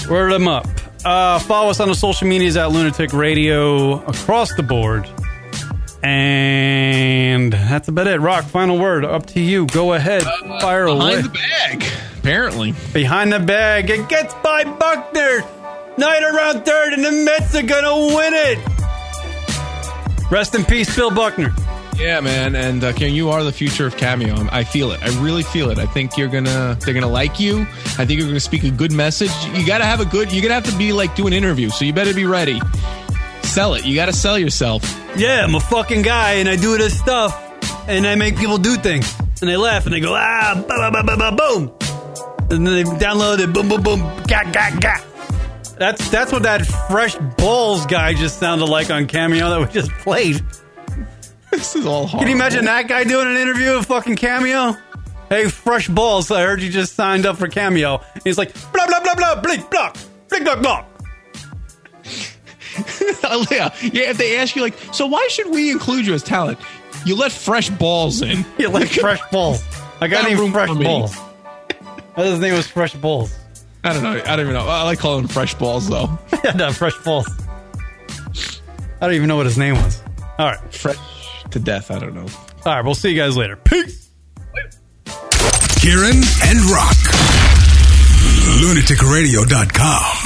S3: Word them up. Uh, follow us on the social medias at Lunatic Radio across the board. And that's about it. Rock, final word. Up to you. Go ahead. Fire away.
S4: Behind the bag, apparently.
S3: Behind the bag. It gets by Buckner. Night around third, and the Mets are going to win it. Rest in peace, Bill Buckner.
S4: Yeah, man. And uh, Karen, you are the future of Cameo. I'm- I feel it. I really feel it. I think you're gonna. They're gonna like you. I think you're gonna speak a good message. You gotta have a good. You're gonna have to be like do an interview. So you better be ready. Sell it. You gotta sell yourself.
S3: Yeah, I'm a fucking guy, and I do this stuff, and I make people do things. And they laugh, and they go, ah, ba ba ba ba ba boom. And then they download it, boom, boom, boom, ga, ga, ga. That's, that's what that fresh balls guy just sounded like on Cameo that we just played.
S4: This is all hard.
S3: Can you imagine that guy doing an interview with fucking Cameo? Hey, fresh balls, I heard you just signed up for Cameo. And he's like, blah, blah, blah, blah, blink, block, blink, block, block.
S4: oh, yeah, yeah. If they ask you like, so why should we include you as talent? You let fresh balls in.
S3: You let fresh balls. I got
S4: Got
S3: named
S4: room
S3: Fresh
S4: for me.
S3: Balls. His name was Fresh Balls.
S4: I don't know. I don't even know. I like calling them fresh balls though.
S3: no, Fresh Balls. I don't even know what his name was. All right.
S4: Fresh to death. I don't know.
S3: All right, we'll see you guys later. Peace.
S1: Kieran and Rock. LunaticRadio.com.